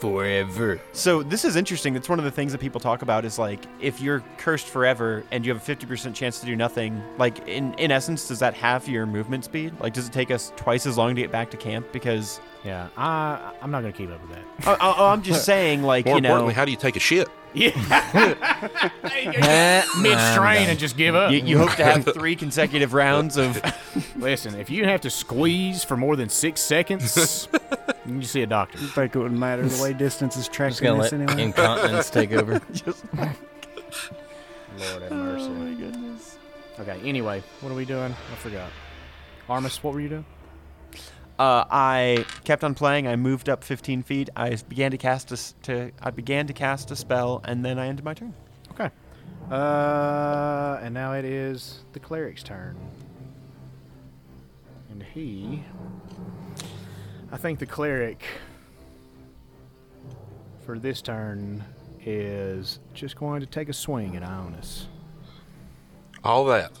Forever. So this is interesting. That's one of the things that people talk about is like if you're cursed forever and you have a 50% chance to do nothing, like in in essence does that half your movement speed? Like does it take us twice as long to get back to camp because Yeah, I, I'm not gonna keep up with that. I, I, am just saying like, More you know, importantly, how do you take a shit? Mid strain and just give up. you, you hope to have 3 consecutive rounds of Listen, if you have to squeeze for more than six seconds, you need to see a doctor. I think it would matter the way distance I'm is just tracking gonna this let anyway. incontinence take over. Lord have mercy. Oh my uh, goodness. Okay. Anyway, what are we doing? I forgot. Armis, what were you doing? uh, I kept on playing. I moved up 15 feet. I began to cast a s- to I began to cast a spell and then I ended my turn. Okay. Uh, and now it is the cleric's turn. And he. I think the cleric for this turn is just going to take a swing at Ionis. All that.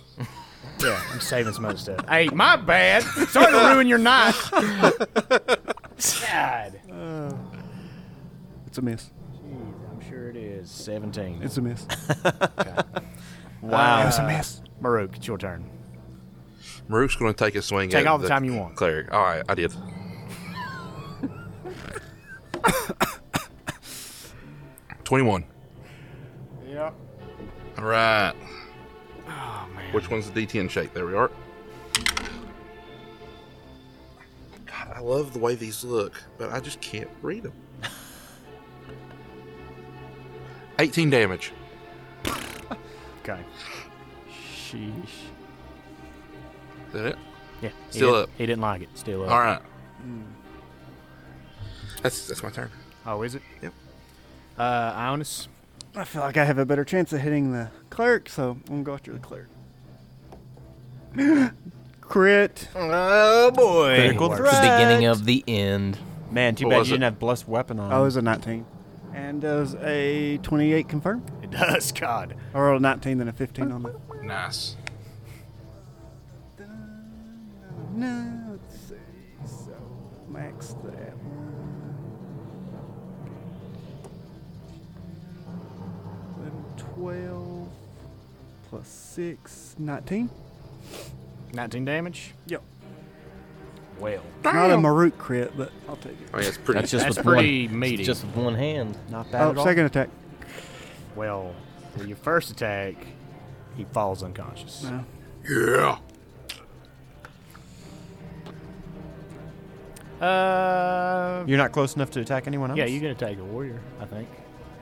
Yeah, I'm saving some other stuff. hey, my bad. Sorry to ruin your night. God. It's a miss. Jeez, I'm sure it is. 17. It's a miss. Wow. It's a miss. Maruk, it's your turn. Maruk's going to take a swing Take at all the time you want. Cleric. All right, I did. Twenty-one. Yep. All right. Oh, man. Which one's the D10 shape? There we are. God, I love the way these look, but I just can't read them. 18 damage. Okay. Sheesh. Is that it? Yeah. he Still didn't- up. He didn't like it. Still up. All right. That's that's my turn. Oh, is it? Yep. Uh, Ionis. I feel like I have a better chance of hitting the clerk, so I'm gonna go after the clerk. Crit. Oh boy! Critical It's threat. The beginning of the end. Man, too What bad you was it? didn't have blessed weapon on. I Oh, was a 19. And does a 28 confirm? It does, God. Or a 19 then a 15 on that? Nice. No, let's see. So max that one. 11, 12 plus 6, 19. 19 damage. Yep. Well, Not a Maruk crit, but I'll take it. Oh yeah, it's pretty. That's just That's with pretty one. meaty. Just with one hand. Not bad at Oh, all. second attack. well, for your first attack, he falls unconscious. No. yeah. Uh, You're not close enough to attack anyone else. yeah, you're gonna take a warrior, I think.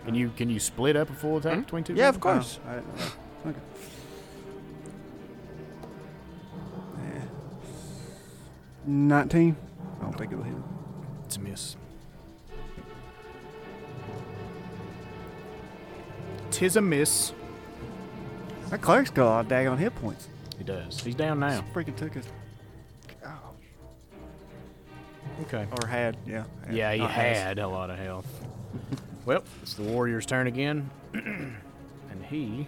Can you can you split up a full attack between two? Yeah, of of course. Oh, I didn't know that. Okay. Yeah. 19. I don't think it'll hit. course. It's a miss. Tis a miss. That cleric's got a lot of daggone hit points. He does. He's down now. Freaking took us. Oh. Okay. Or had, yeah. Yeah, he Not has. had a lot of health. well, it's the Warrior's turn again. and he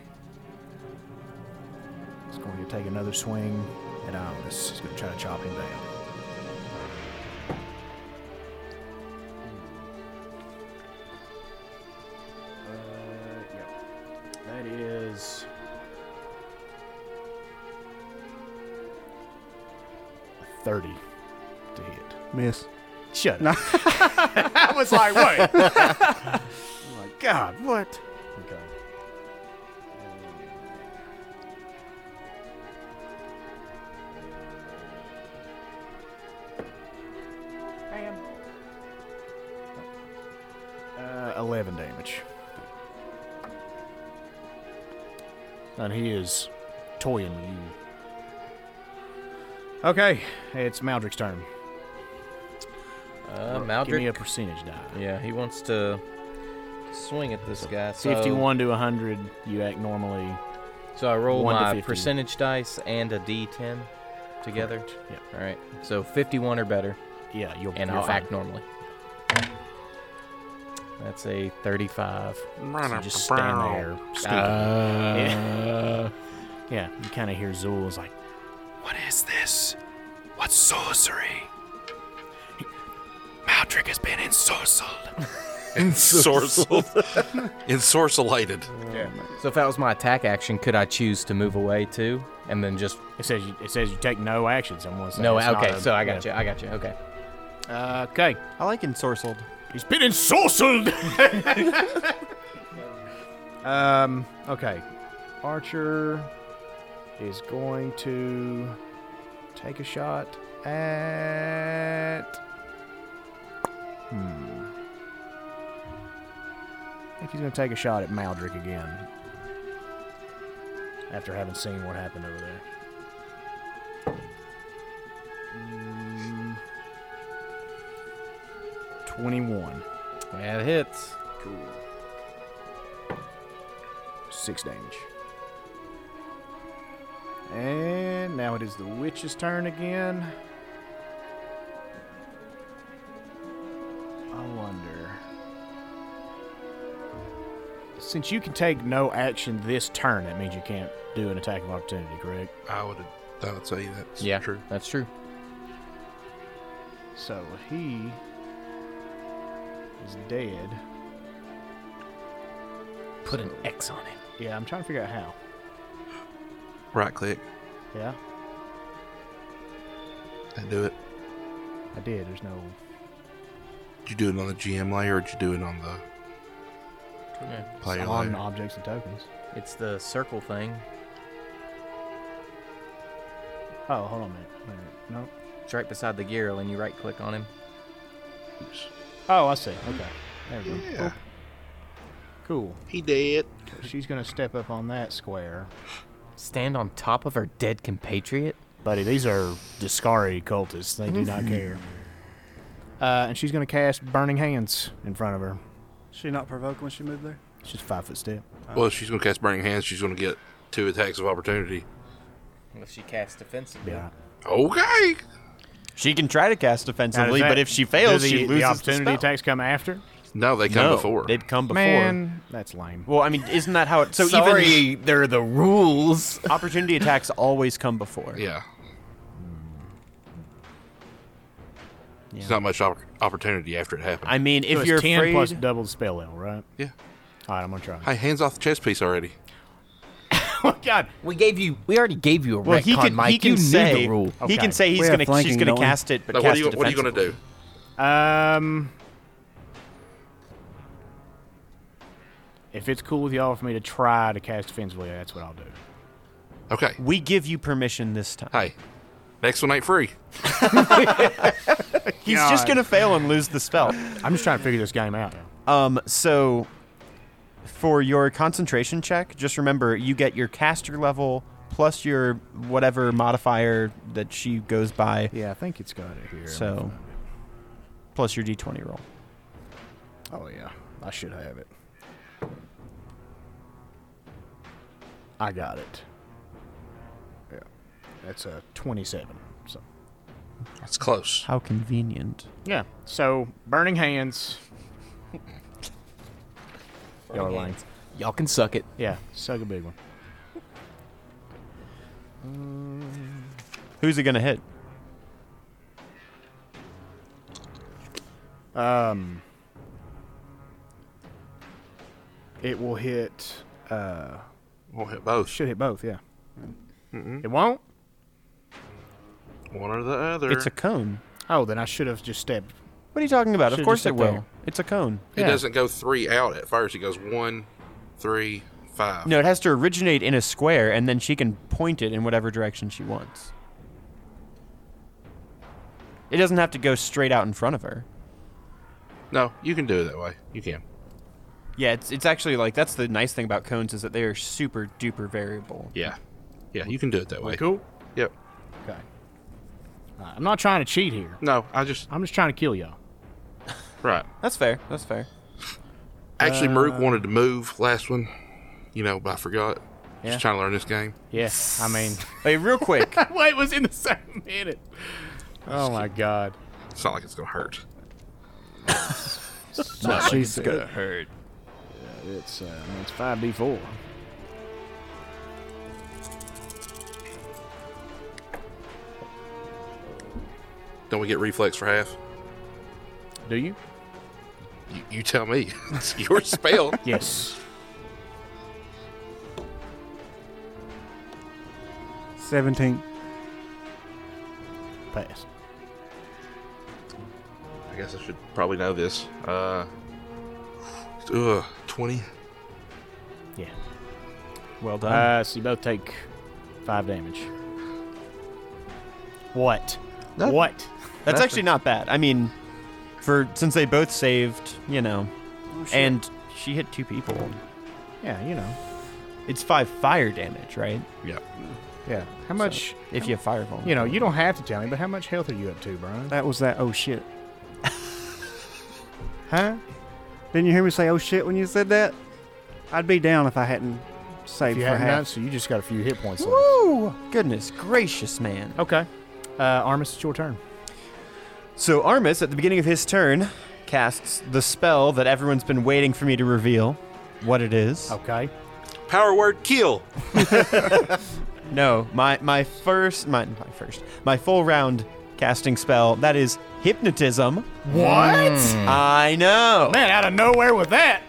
is going to take another swing at Omnis. He's going to try to chop him down. Uh, yep. That is. a 30 to hit. Miss. Shut up. I was like, wait. oh my God, what? Okay. Uh, 11 damage. And he is toying with you. Okay, it's Maldrick's turn. Uh, Give me Maldrick. a percentage die. yeah, he wants to swing at this guy. So 51 to 100, you act normally. So I roll One to my 50. percentage dice and a d10 together. Yeah. All right. So 51 or better, Yeah, you'll. and you're I'll fine. act normally. That's a 35. So you just stand there. sneaking. Uh, yeah, you kind of hear Zool is like, "What is this? What's sorcery? Maldrick has been ensorcelled." Ensorcelled. Ensorcellated. So if that was my attack action, could I choose to move away too, and then just It says you, it says you take no action. Someone said no? It's not Okay, a- so I got yeah. you. I got you. Okay. Uh, okay, Oh. I like ensorcelled. he's been ensorcelled. um, okay, Archer is going to take a shot at. Hmm. I think he's going to take a shot at Maldrick again. After having seen what happened over there. Mm, 21. That hits. Cool. Six damage. And now it is the witch's turn again. I wonder. Since you can take no action this turn, that means you can't do an attack of opportunity, correct? I would I would say that's Yeah, true. that's true. So he is dead. Put an X on him. Yeah, I'm trying to figure out how. Right click Yeah, and do it. I did. There's no Did you do it on the GM layer or did you do it on the player on layer? objects and tokens. It's the circle thing. Oh, hold on a minute. Wait a minute. No. It's right beside the gear, and you right click on him. Oh, I see. Okay. There we go. Yeah. Cool. He did. She's gonna step up on that square. Stand on top of her dead compatriot. Buddy, these are Discari cultists. They do not care. Uh, and she's gonna cast Burning Hands in front of her. She not provoked when she moved there? She's a five foot step. Well, if she's gonna cast burning hands. She's gonna get two attacks of opportunity. If she casts defensively. Yeah. Okay. She can try to cast defensively, Now, does but that- if she fails, do the, she loses the opportunity the spell. attacks come after. No, they come no, before. They'd come before. Man, that's lame. Well, I mean, isn't that how it? So even they're the rules. opportunity attacks always come before. Yeah. There's not much oppor- opportunity after it happened. I mean, So if it's you're ten afraid, plus double the spell L, right? yeah. All right, I'm gonna try. Hey, hands off the chess piece already. oh God. We gave you. We already gave you a well, retcon, he can, Mike. he can you say knew the rule. he Okay. can say We he's have gonna she's flanking, gonna don't we? cast it, but Like, cast what are you it What are you gonna do? Um, if it's cool with y'all for me to try to cast defensively, that's what I'll do. Okay. We give you permission this time. Hey, next one ain't free. He's just God. gonna fail and lose the spell. I'm just trying to figure this game out. Um, so for your concentration check, just remember you get your caster level plus your whatever modifier that she goes by, Yeah, I think it's got it here. So- plus your d20 roll. Oh yeah, I should have it. I got it. Yeah, that's a twenty-seven. So That's close. How convenient. yeah, so burning hands. Y'all are lying. Y'all can suck it. Yeah, suck a big one. Who's it gonna hit? Um, it will hit. Uh, We'll hit both. should hit both. Yeah. It won't. One or the other. It's a cone. Oh, then I should have just stepped. What are you talking about? Should've of course just it hit will. there. It's a cone. It yeah. doesn't go three out at first. It goes one, three, five. No, it has to originate in a square, and then she can point it in whatever direction she wants. It doesn't have to go straight out in front of her. No, you can do it that way. You can. Yeah, it's it's actually like that's the nice thing about cones is that they are super duper variable. Yeah. Yeah, you can do it that way. Cool. Yep. Okay. All right, I'm not trying to cheat here. No, I just I'm just trying to kill y'all. right. That's fair. That's fair. Actually, Maruk wanted to move last one, you know, but I forgot. Yeah. Just trying to learn this game. Yeah, I mean, Hey, real quick. wait, was in the same minute. Oh my god. It's not like it's gonna hurt. Not she said. hurt. Oh, It's uh, I mean, it's five d four. Don't we get reflex for half? Do you? You, you tell me. it's your spell. Yes. 17. Pass. I guess I should probably know this. Uh, ugh, twenty. Yeah. Well done. Uh, so you both take five damage. What? Nothing. What? That's actually not bad. I mean, for since they both saved, you know, Oh, and she hit two people. Yeah, you know. It's five fire damage, right? Yeah. Yeah. How much? If you have fireball. You know, you don't have to tell me, but how much health are you up to, Brian? That was that oh shit. Huh? Didn't you hear me say oh shit when you said that? I'd be down if I hadn't If saved you for have none, half. so you just got a few hit points left. Woo! Goodness gracious, man. Okay. Uh, Armis, it's your turn. So Armis, at the beginning of his turn, casts the spell that everyone's been waiting for me to reveal. What it is? Okay. Power word kill. No, my my first, my my first, my full round casting spell. That is hypnotism. What? I know. Man, out of nowhere with that.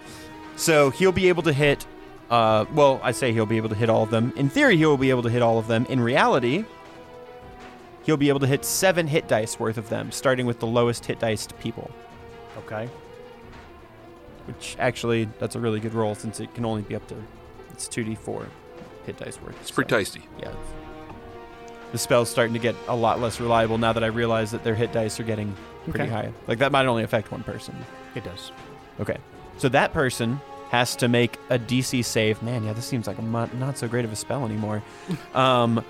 So he'll be able to hit. Uh, well, I say he'll be able to hit all of them. In theory, he'll be able to hit all of them. In reality, he'll be able to hit seven hit dice worth of them, starting with the lowest hit dice to people. Okay. Which actually, that's a really good roll since it can only be up to it's two d four hit dice worth. It's pretty tasty. Yeah. The spell's starting to get a lot less reliable now that I realize that their hit dice are getting pretty Okay. high. Like that might only affect one person. It does. Okay. So that person has to make a DC save. Man, yeah, this seems like a mo- not so great of a spell anymore. um,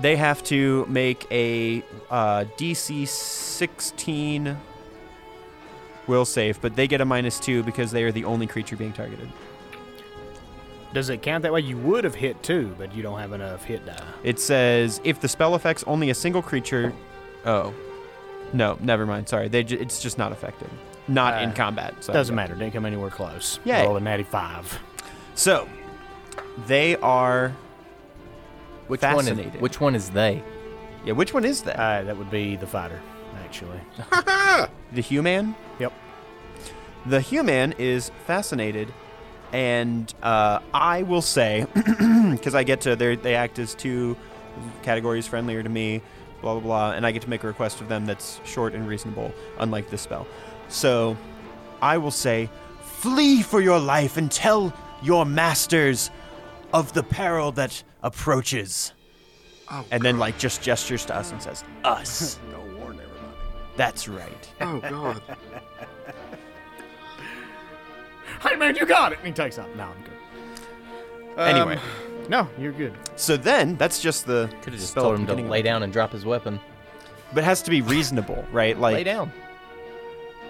they have to make a uh, DC 16 will save, but they get a minus two because they are the only creature being targeted. Does it count that way? You would have hit two, but you don't have enough hit die. It says if the spell affects only a single creature. Oh, no, never mind. Sorry, they ju- it's just not affected. Not in Uh, combat. So Doesn't matter. Didn't come anywhere close. Yay. Roll a natty five. So they are. Which one? Is, Fascinating. which one is they? Yeah, which one is that? Uh, that would be the fighter, actually. the human. Yep. The human is fascinated, and uh, I will say, because I get to they they act as two categories friendlier to me, blah blah blah, and I get to make a request of them that's short and reasonable, unlike this spell. So, I will say, flee for your life and tell your masters of the peril that approaches. Oh, and then like just gestures to us and says, "Us." Don't warn everybody. That's right. Oh god. Hey man, you got it! And he takes off. No, I'm good. Um, anyway, No, you're good. so then that's just the Could have just spell told at him the to beginning. lay down and drop his weapon. but it has to be reasonable, right? Like, lay down.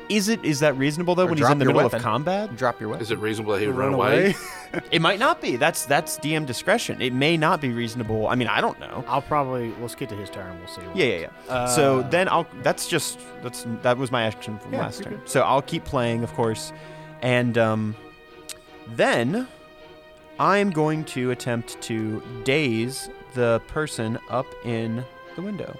is it is that reasonable though Or when he's drop in the your middle of weapon. combat? Drop your weapon. Is it reasonable that he would run, away? It might not be. That's that's DM discretion. It may not be reasonable. I mean, I don't know. I'll probably let's get to his turn. We'll see. what- Yeah, yeah, yeah. so then I'll. That's just that's that was my action from Yeah, last you're turn. So I'll keep playing, of course, and um, then I'm going to attempt to daze the person up in the window.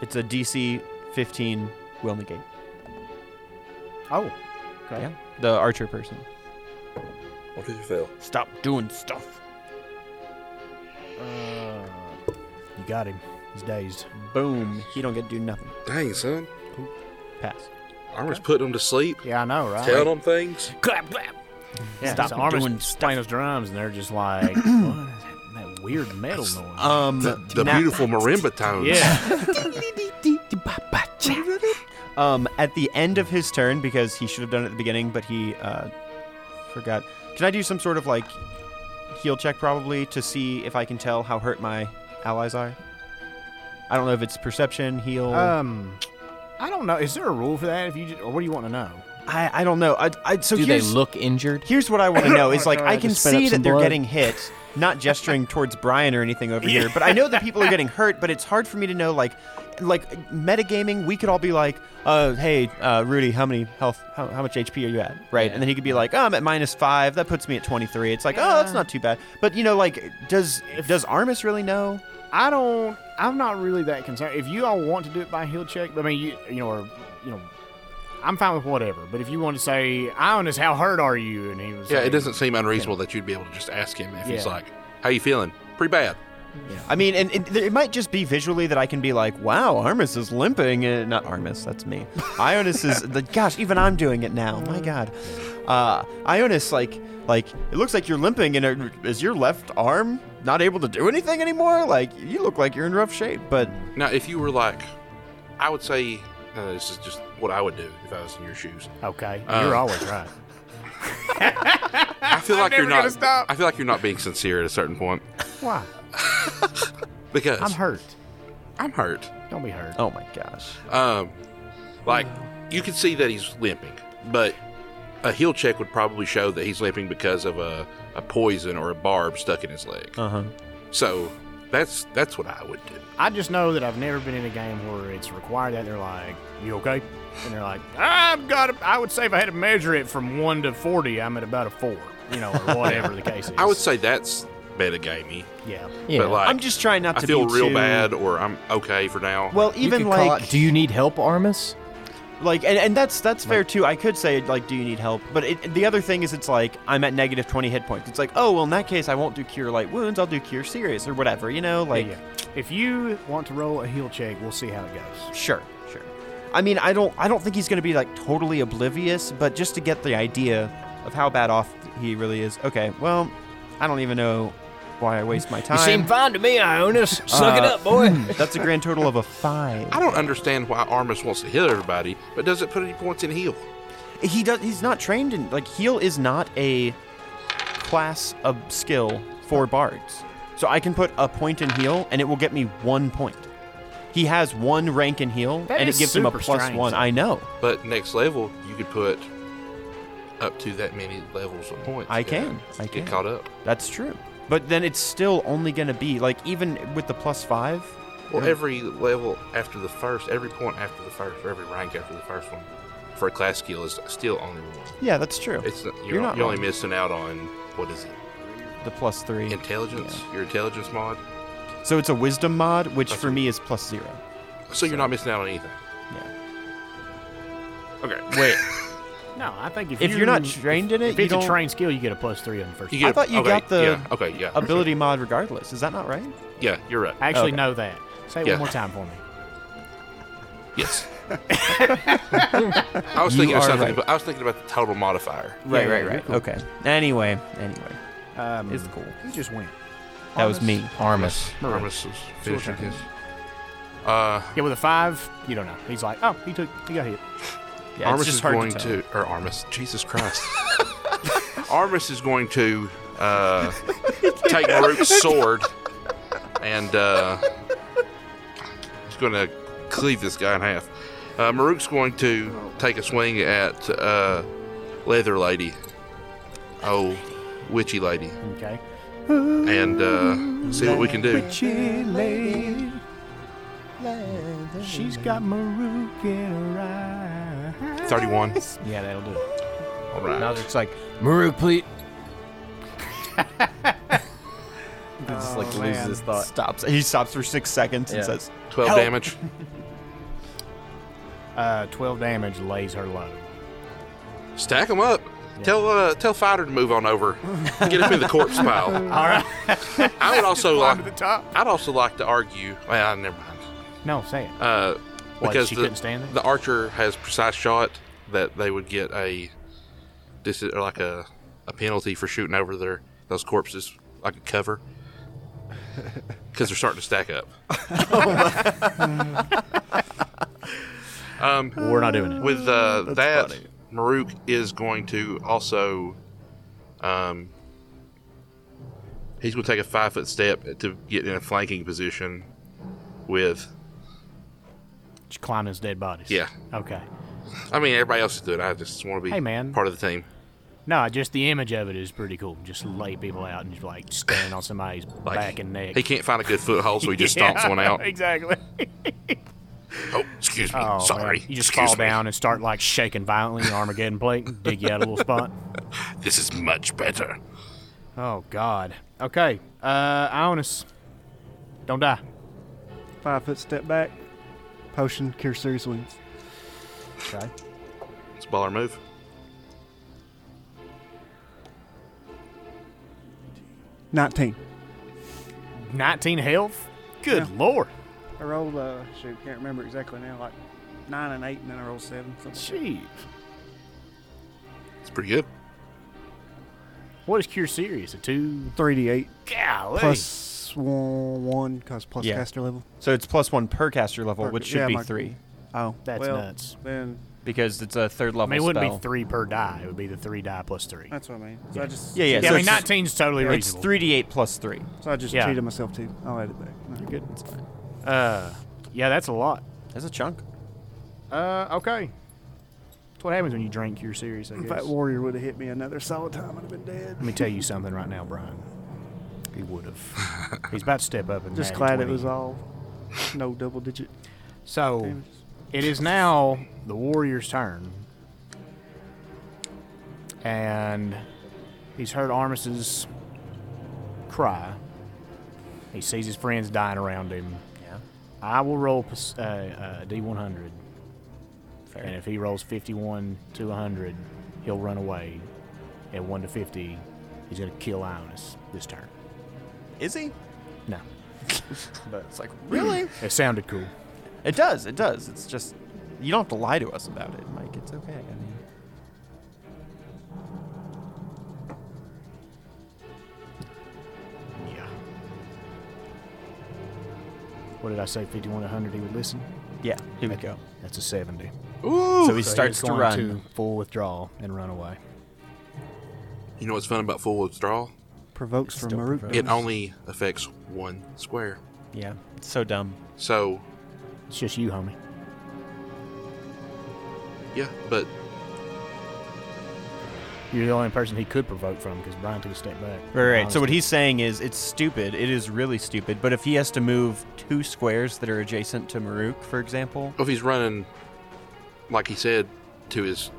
It's a DC 15 will negate. Oh. Okay. Yeah, the archer person. What did you fail? Stop doing stuff. You got him. He's dazed. Boom. He don't get to do nothing. Dang son, Pass. I was putting him to sleep, Yeah, I know, right? telling him things. Clap, clap. Yeah, Stop his arm is doing stuff. playing those drums, and they're just like, what is that, that weird metal noise? Um, The, the now- beautiful marimba tones. yeah. Um, at the end of his turn, because he should have done it at the beginning, but he uh, forgot. Can I do some sort of like heal check, probably, to see if I can tell how hurt my allies are? I Uh, don't know if it's perception, heal. um, I don't know. Is there a rule for that? If you just, or what do you want to know? I, I don't know. I, I, so Do they here's, look injured? here's what I want to know is like Oh God, I I can just spit up see that some they're blood. getting hit, not gesturing towards Brian or anything over here, but I know that people are getting hurt, but it's hard for me to know like like metagaming, we could all be like, uh, hey, uh, Rudy, how many health how, how much HP are you at? Right. Yeah. And then he could be like, oh, I'm at minus five, that puts me at twenty three. It's like, oh that's not too bad. But you know, like does does Armis really know? I don't. I'm not really that concerned. If you all want to do it by heal check, I mean, you, you know, or you know, I'm fine with whatever. But if you want to say, Ionis, how hurt are you? And he was, Yeah, it like, doesn't seem unreasonable that you'd be able to just ask him if he's Yeah. like, "How you feeling? Pretty bad." I mean, and it, it might just be visually that I can be like, "Wow, Armis is limping." Uh, not Armis, that's me. Ionis is the gosh. Even I'm doing it now. My God, uh, Ionis, like, like it looks like you're limping, and uh, is your left arm not able to do anything anymore? Like, you look like you're in rough shape. But Now, if you were like, I would say uh, this is just what I would do if I was in your shoes. Okay, Um, you're always right. I feel like you're never gonna not. stop. I feel like you're not being sincere at a certain point Why? because I'm hurt. I'm hurt. Don't be hurt. oh my gosh, Um, like you can see that he's limping, but a heel check would probably show that he's limping because of a, a poison or a barb stuck in his leg. uh huh. So that's that's what I would do. I just know that I've never been in a game where it's required that they're like, "You okay?" And they're like, "I've got." A, I would say if I had to measure it from one to forty, I'm at about a four. You know, or whatever the case is. I would say that's metagamey. yeah. Yeah. But like, I'm just trying not I to feel be real too- bad, or I'm okay for now. Well, You even could call like out, do you need help, Armus? like and, and that's that's fair too i could say like do you need help but it, the other thing is it's like i'm at negative 20 hit points it's like oh well in that case i won't do cure light wounds i'll do cure serious or whatever you know like yeah. If you want to roll a heel check, we'll see how it goes. sure sure i mean i don't i don't think he's gonna be like totally oblivious but just to get the idea of how bad off he really is okay well i don't even know why i waste my time fine to me, Ionis. Suck it up, boy. that's a grand total of a five I don't understand why Armus wants to heal everybody, but does it put any points in heal? he does he's not trained in like heal is not a class of skill for bards so i can put a point in heal and it will get me one point he has one rank in heal That and it is gives him a super plus strange. one i know But next level, you could put up to that many levels of points. I yeah, can, I get can. caught up. that's true but then it's still only going to be like even with the plus five Well, every level after the first, every point after the first, or every rank after the first one for a class skill is still only one. yeah that's true It's not, you're, You're not you're only wrong. missing out on what is it? the plus three Intelligence, your intelligence mod. so it's a wisdom mod which That's for right. me is plus zero So you're not missing out on anything. yeah Okay. wait No, I think if, If you, you're not trained in it, if you it's a don't- trained skill, you get a plus three on the first. You one. get I a- thought you okay, got the yeah, okay, yeah, for sure. ability mod regardless is that not right Yeah, you're right. I actually Okay. know that. Say it Yeah. one more time for me. Yes. I was You thinking of are something, right. but I was thinking about the total modifier. Right, Yeah, right, yeah, right. Okay. Anyway, anyway, Um, it's cool. You just went. That was me. Armus. Armus is finishing turn. his. Uh, Yeah, with a five, you don't know. He's like, oh, he took, he got hit. Yeah, Armus it's just is hard going to, tell. to, or Armus, Jesus Christ. Armus is going to uh, take Maruk's sword and uh, he's going to cleave this guy in half. Uh, Maruk's going to take a swing at uh, Leather Lady. Oh, Witchy Lady. Okay. And uh, see what we can do. She's got Maruk in her eye. 31. Yeah, that'll do it. All right. Now it's like, Maruk, please. just Oh, like loses his thought. Stops. He stops for six seconds and Yeah. says, 12 Help. damage. Uh, 12 damage lays her low. Stack them up. Tell uh, tell Fighter to move on over. Get him in the corpse pile. All right. I would also to the like. top. I'd also like to argue. Well, never mind. No, say it. Uh, What, because she the, couldn't stand it? the archer has precise shot that they would get a this is like a, a penalty for shooting over their those corpses like a cover because they're starting to stack up. um, We're not doing it. with uh, that, Maruk is going to also. Um, he's going to take a five foot step to get in a flanking position with. She climbed his dead bodies. Yeah. Okay. I mean, everybody else is doing. it. I just want to be Hey, man. part of the team. No, just the image of it is pretty cool. Just lay people out and just like stand on somebody's Like, back and neck. He can't find a good foothold, so he just stomps one out. Exactly. Oh, excuse me. Oh, man. Sorry. You just excuse fall me. down and start like shaking violently, Armageddon plate, and dig you out a little spot. This is much better. Oh God. Okay. Uh, Ionis, don't die. Five foot step back. Potion cure serious wounds. Okay. It's a baller move. Nineteen. Nineteen health. Good lord. I rolled uh shoot, can't remember exactly now, like nine and eight and then I rolled seven. something. Jeez. It's pretty good. What is cure serious? A two. Three D eight Golly. plus one one cause plus Yeah. caster level. So it's plus one per caster level, Per- which should yeah, be my- three Oh. That's well, nuts. Then because it's a third level I mean, it wouldn't spell. be three per die. It would be the three die plus three. that's what I mean. So I just Yeah, yeah, yeah, so I mean, it's just- 19 is totally it's reasonable. three d eight plus three. So I just Yeah. cheated myself too. I'll add it back. No. Good. Uh, yeah, that's a lot. That's a chunk. Uh, okay. That's what happens when you drink your series, I If guess. that warrior would have hit me another solid time, I'd have been dead. Let me tell you something right now, Brian. He would have. He's about to step up and Just add glad 20. it was all no double digit. So, it is now the warrior's turn, and he's heard Armis's cry. He sees his friends dying around him. Yeah. I will roll pers- uh, uh, D100. And if he rolls 51 to 100, he'll run away. At 1 to 50, he's going to kill Ionis this turn. Is he? No. But it's like really? It sounded cool. it does. It does. It's just you don't have to lie to us about it, Mike. It's okay. I mean, Yeah. What did I say? 51 to 100, he would listen? yeah. Here we go. That's a 70. Ooh. so he starts is to going run. full withdrawal and run away. You know what's fun about full withdrawal? Provokes from still Maruk. provoked. It only affects one square. Yeah. It's so dumb. So, It's just you, homie. yeah, but You're the only person he could provoke from because Brian took a step back. Right, right. So what Honestly. he's saying is it's stupid. It is really stupid. But if he has to move two squares that are adjacent to Maruk, for example, if he's running, like he said, to his.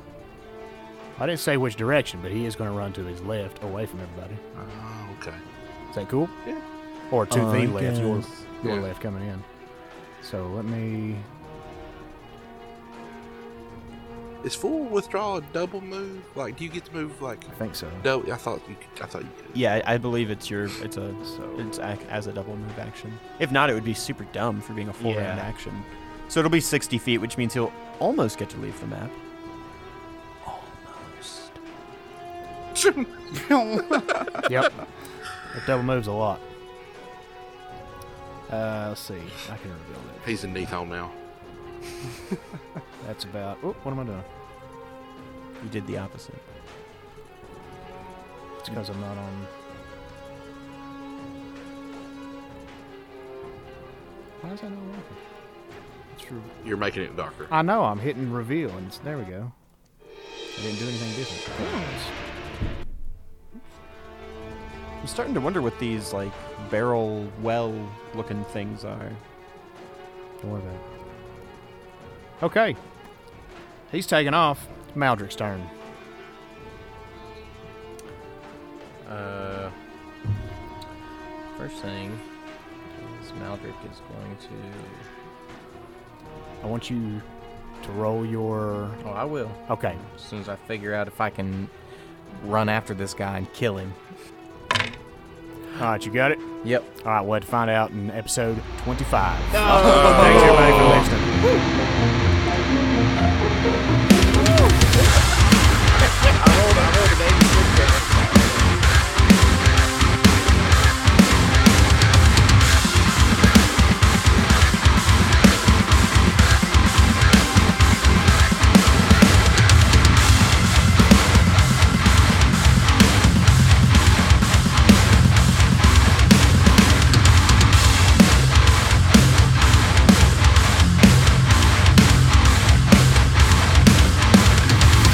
I didn't say which direction, but he is going to run to his left, away from everybody. Oh, okay. Is that cool? Yeah. Or Uh, to the left, your your Yeah. left coming in. So let me. Is full withdrawal a double move? Like, do you get to move like? I think so. No, I thought you. Could, I thought you could. yeah, I I believe it's your it's a it's ac- as a double move action. If not, it would be super dumb for being a full round Yeah. action. So it'll be 60 feet, which means he'll almost get to leave the map. Almost. yep. That double moves a lot. Uh, let's see. I can reveal that. He's in Neath home now. That's about. Oh, what am I doing? You did the opposite. It's because I'm not on. Why is that not working? You're making it darker. I know. I'm hitting reveal, and it's, there we go. I didn't do anything different. I'm starting to wonder what these like barrel well looking things are. Don't worry about it. Okay. He's taking off. Maldrick's turn. Uh, first thing is Maldrick is going to. I want you to roll your. Oh, I will. Okay. As soon as I figure out if I can run after this guy and kill him. All right, you got it. Yep. All right, we'll have to find out in episode 25. Thanks everybody for listening. I rolled, I rolled, baby.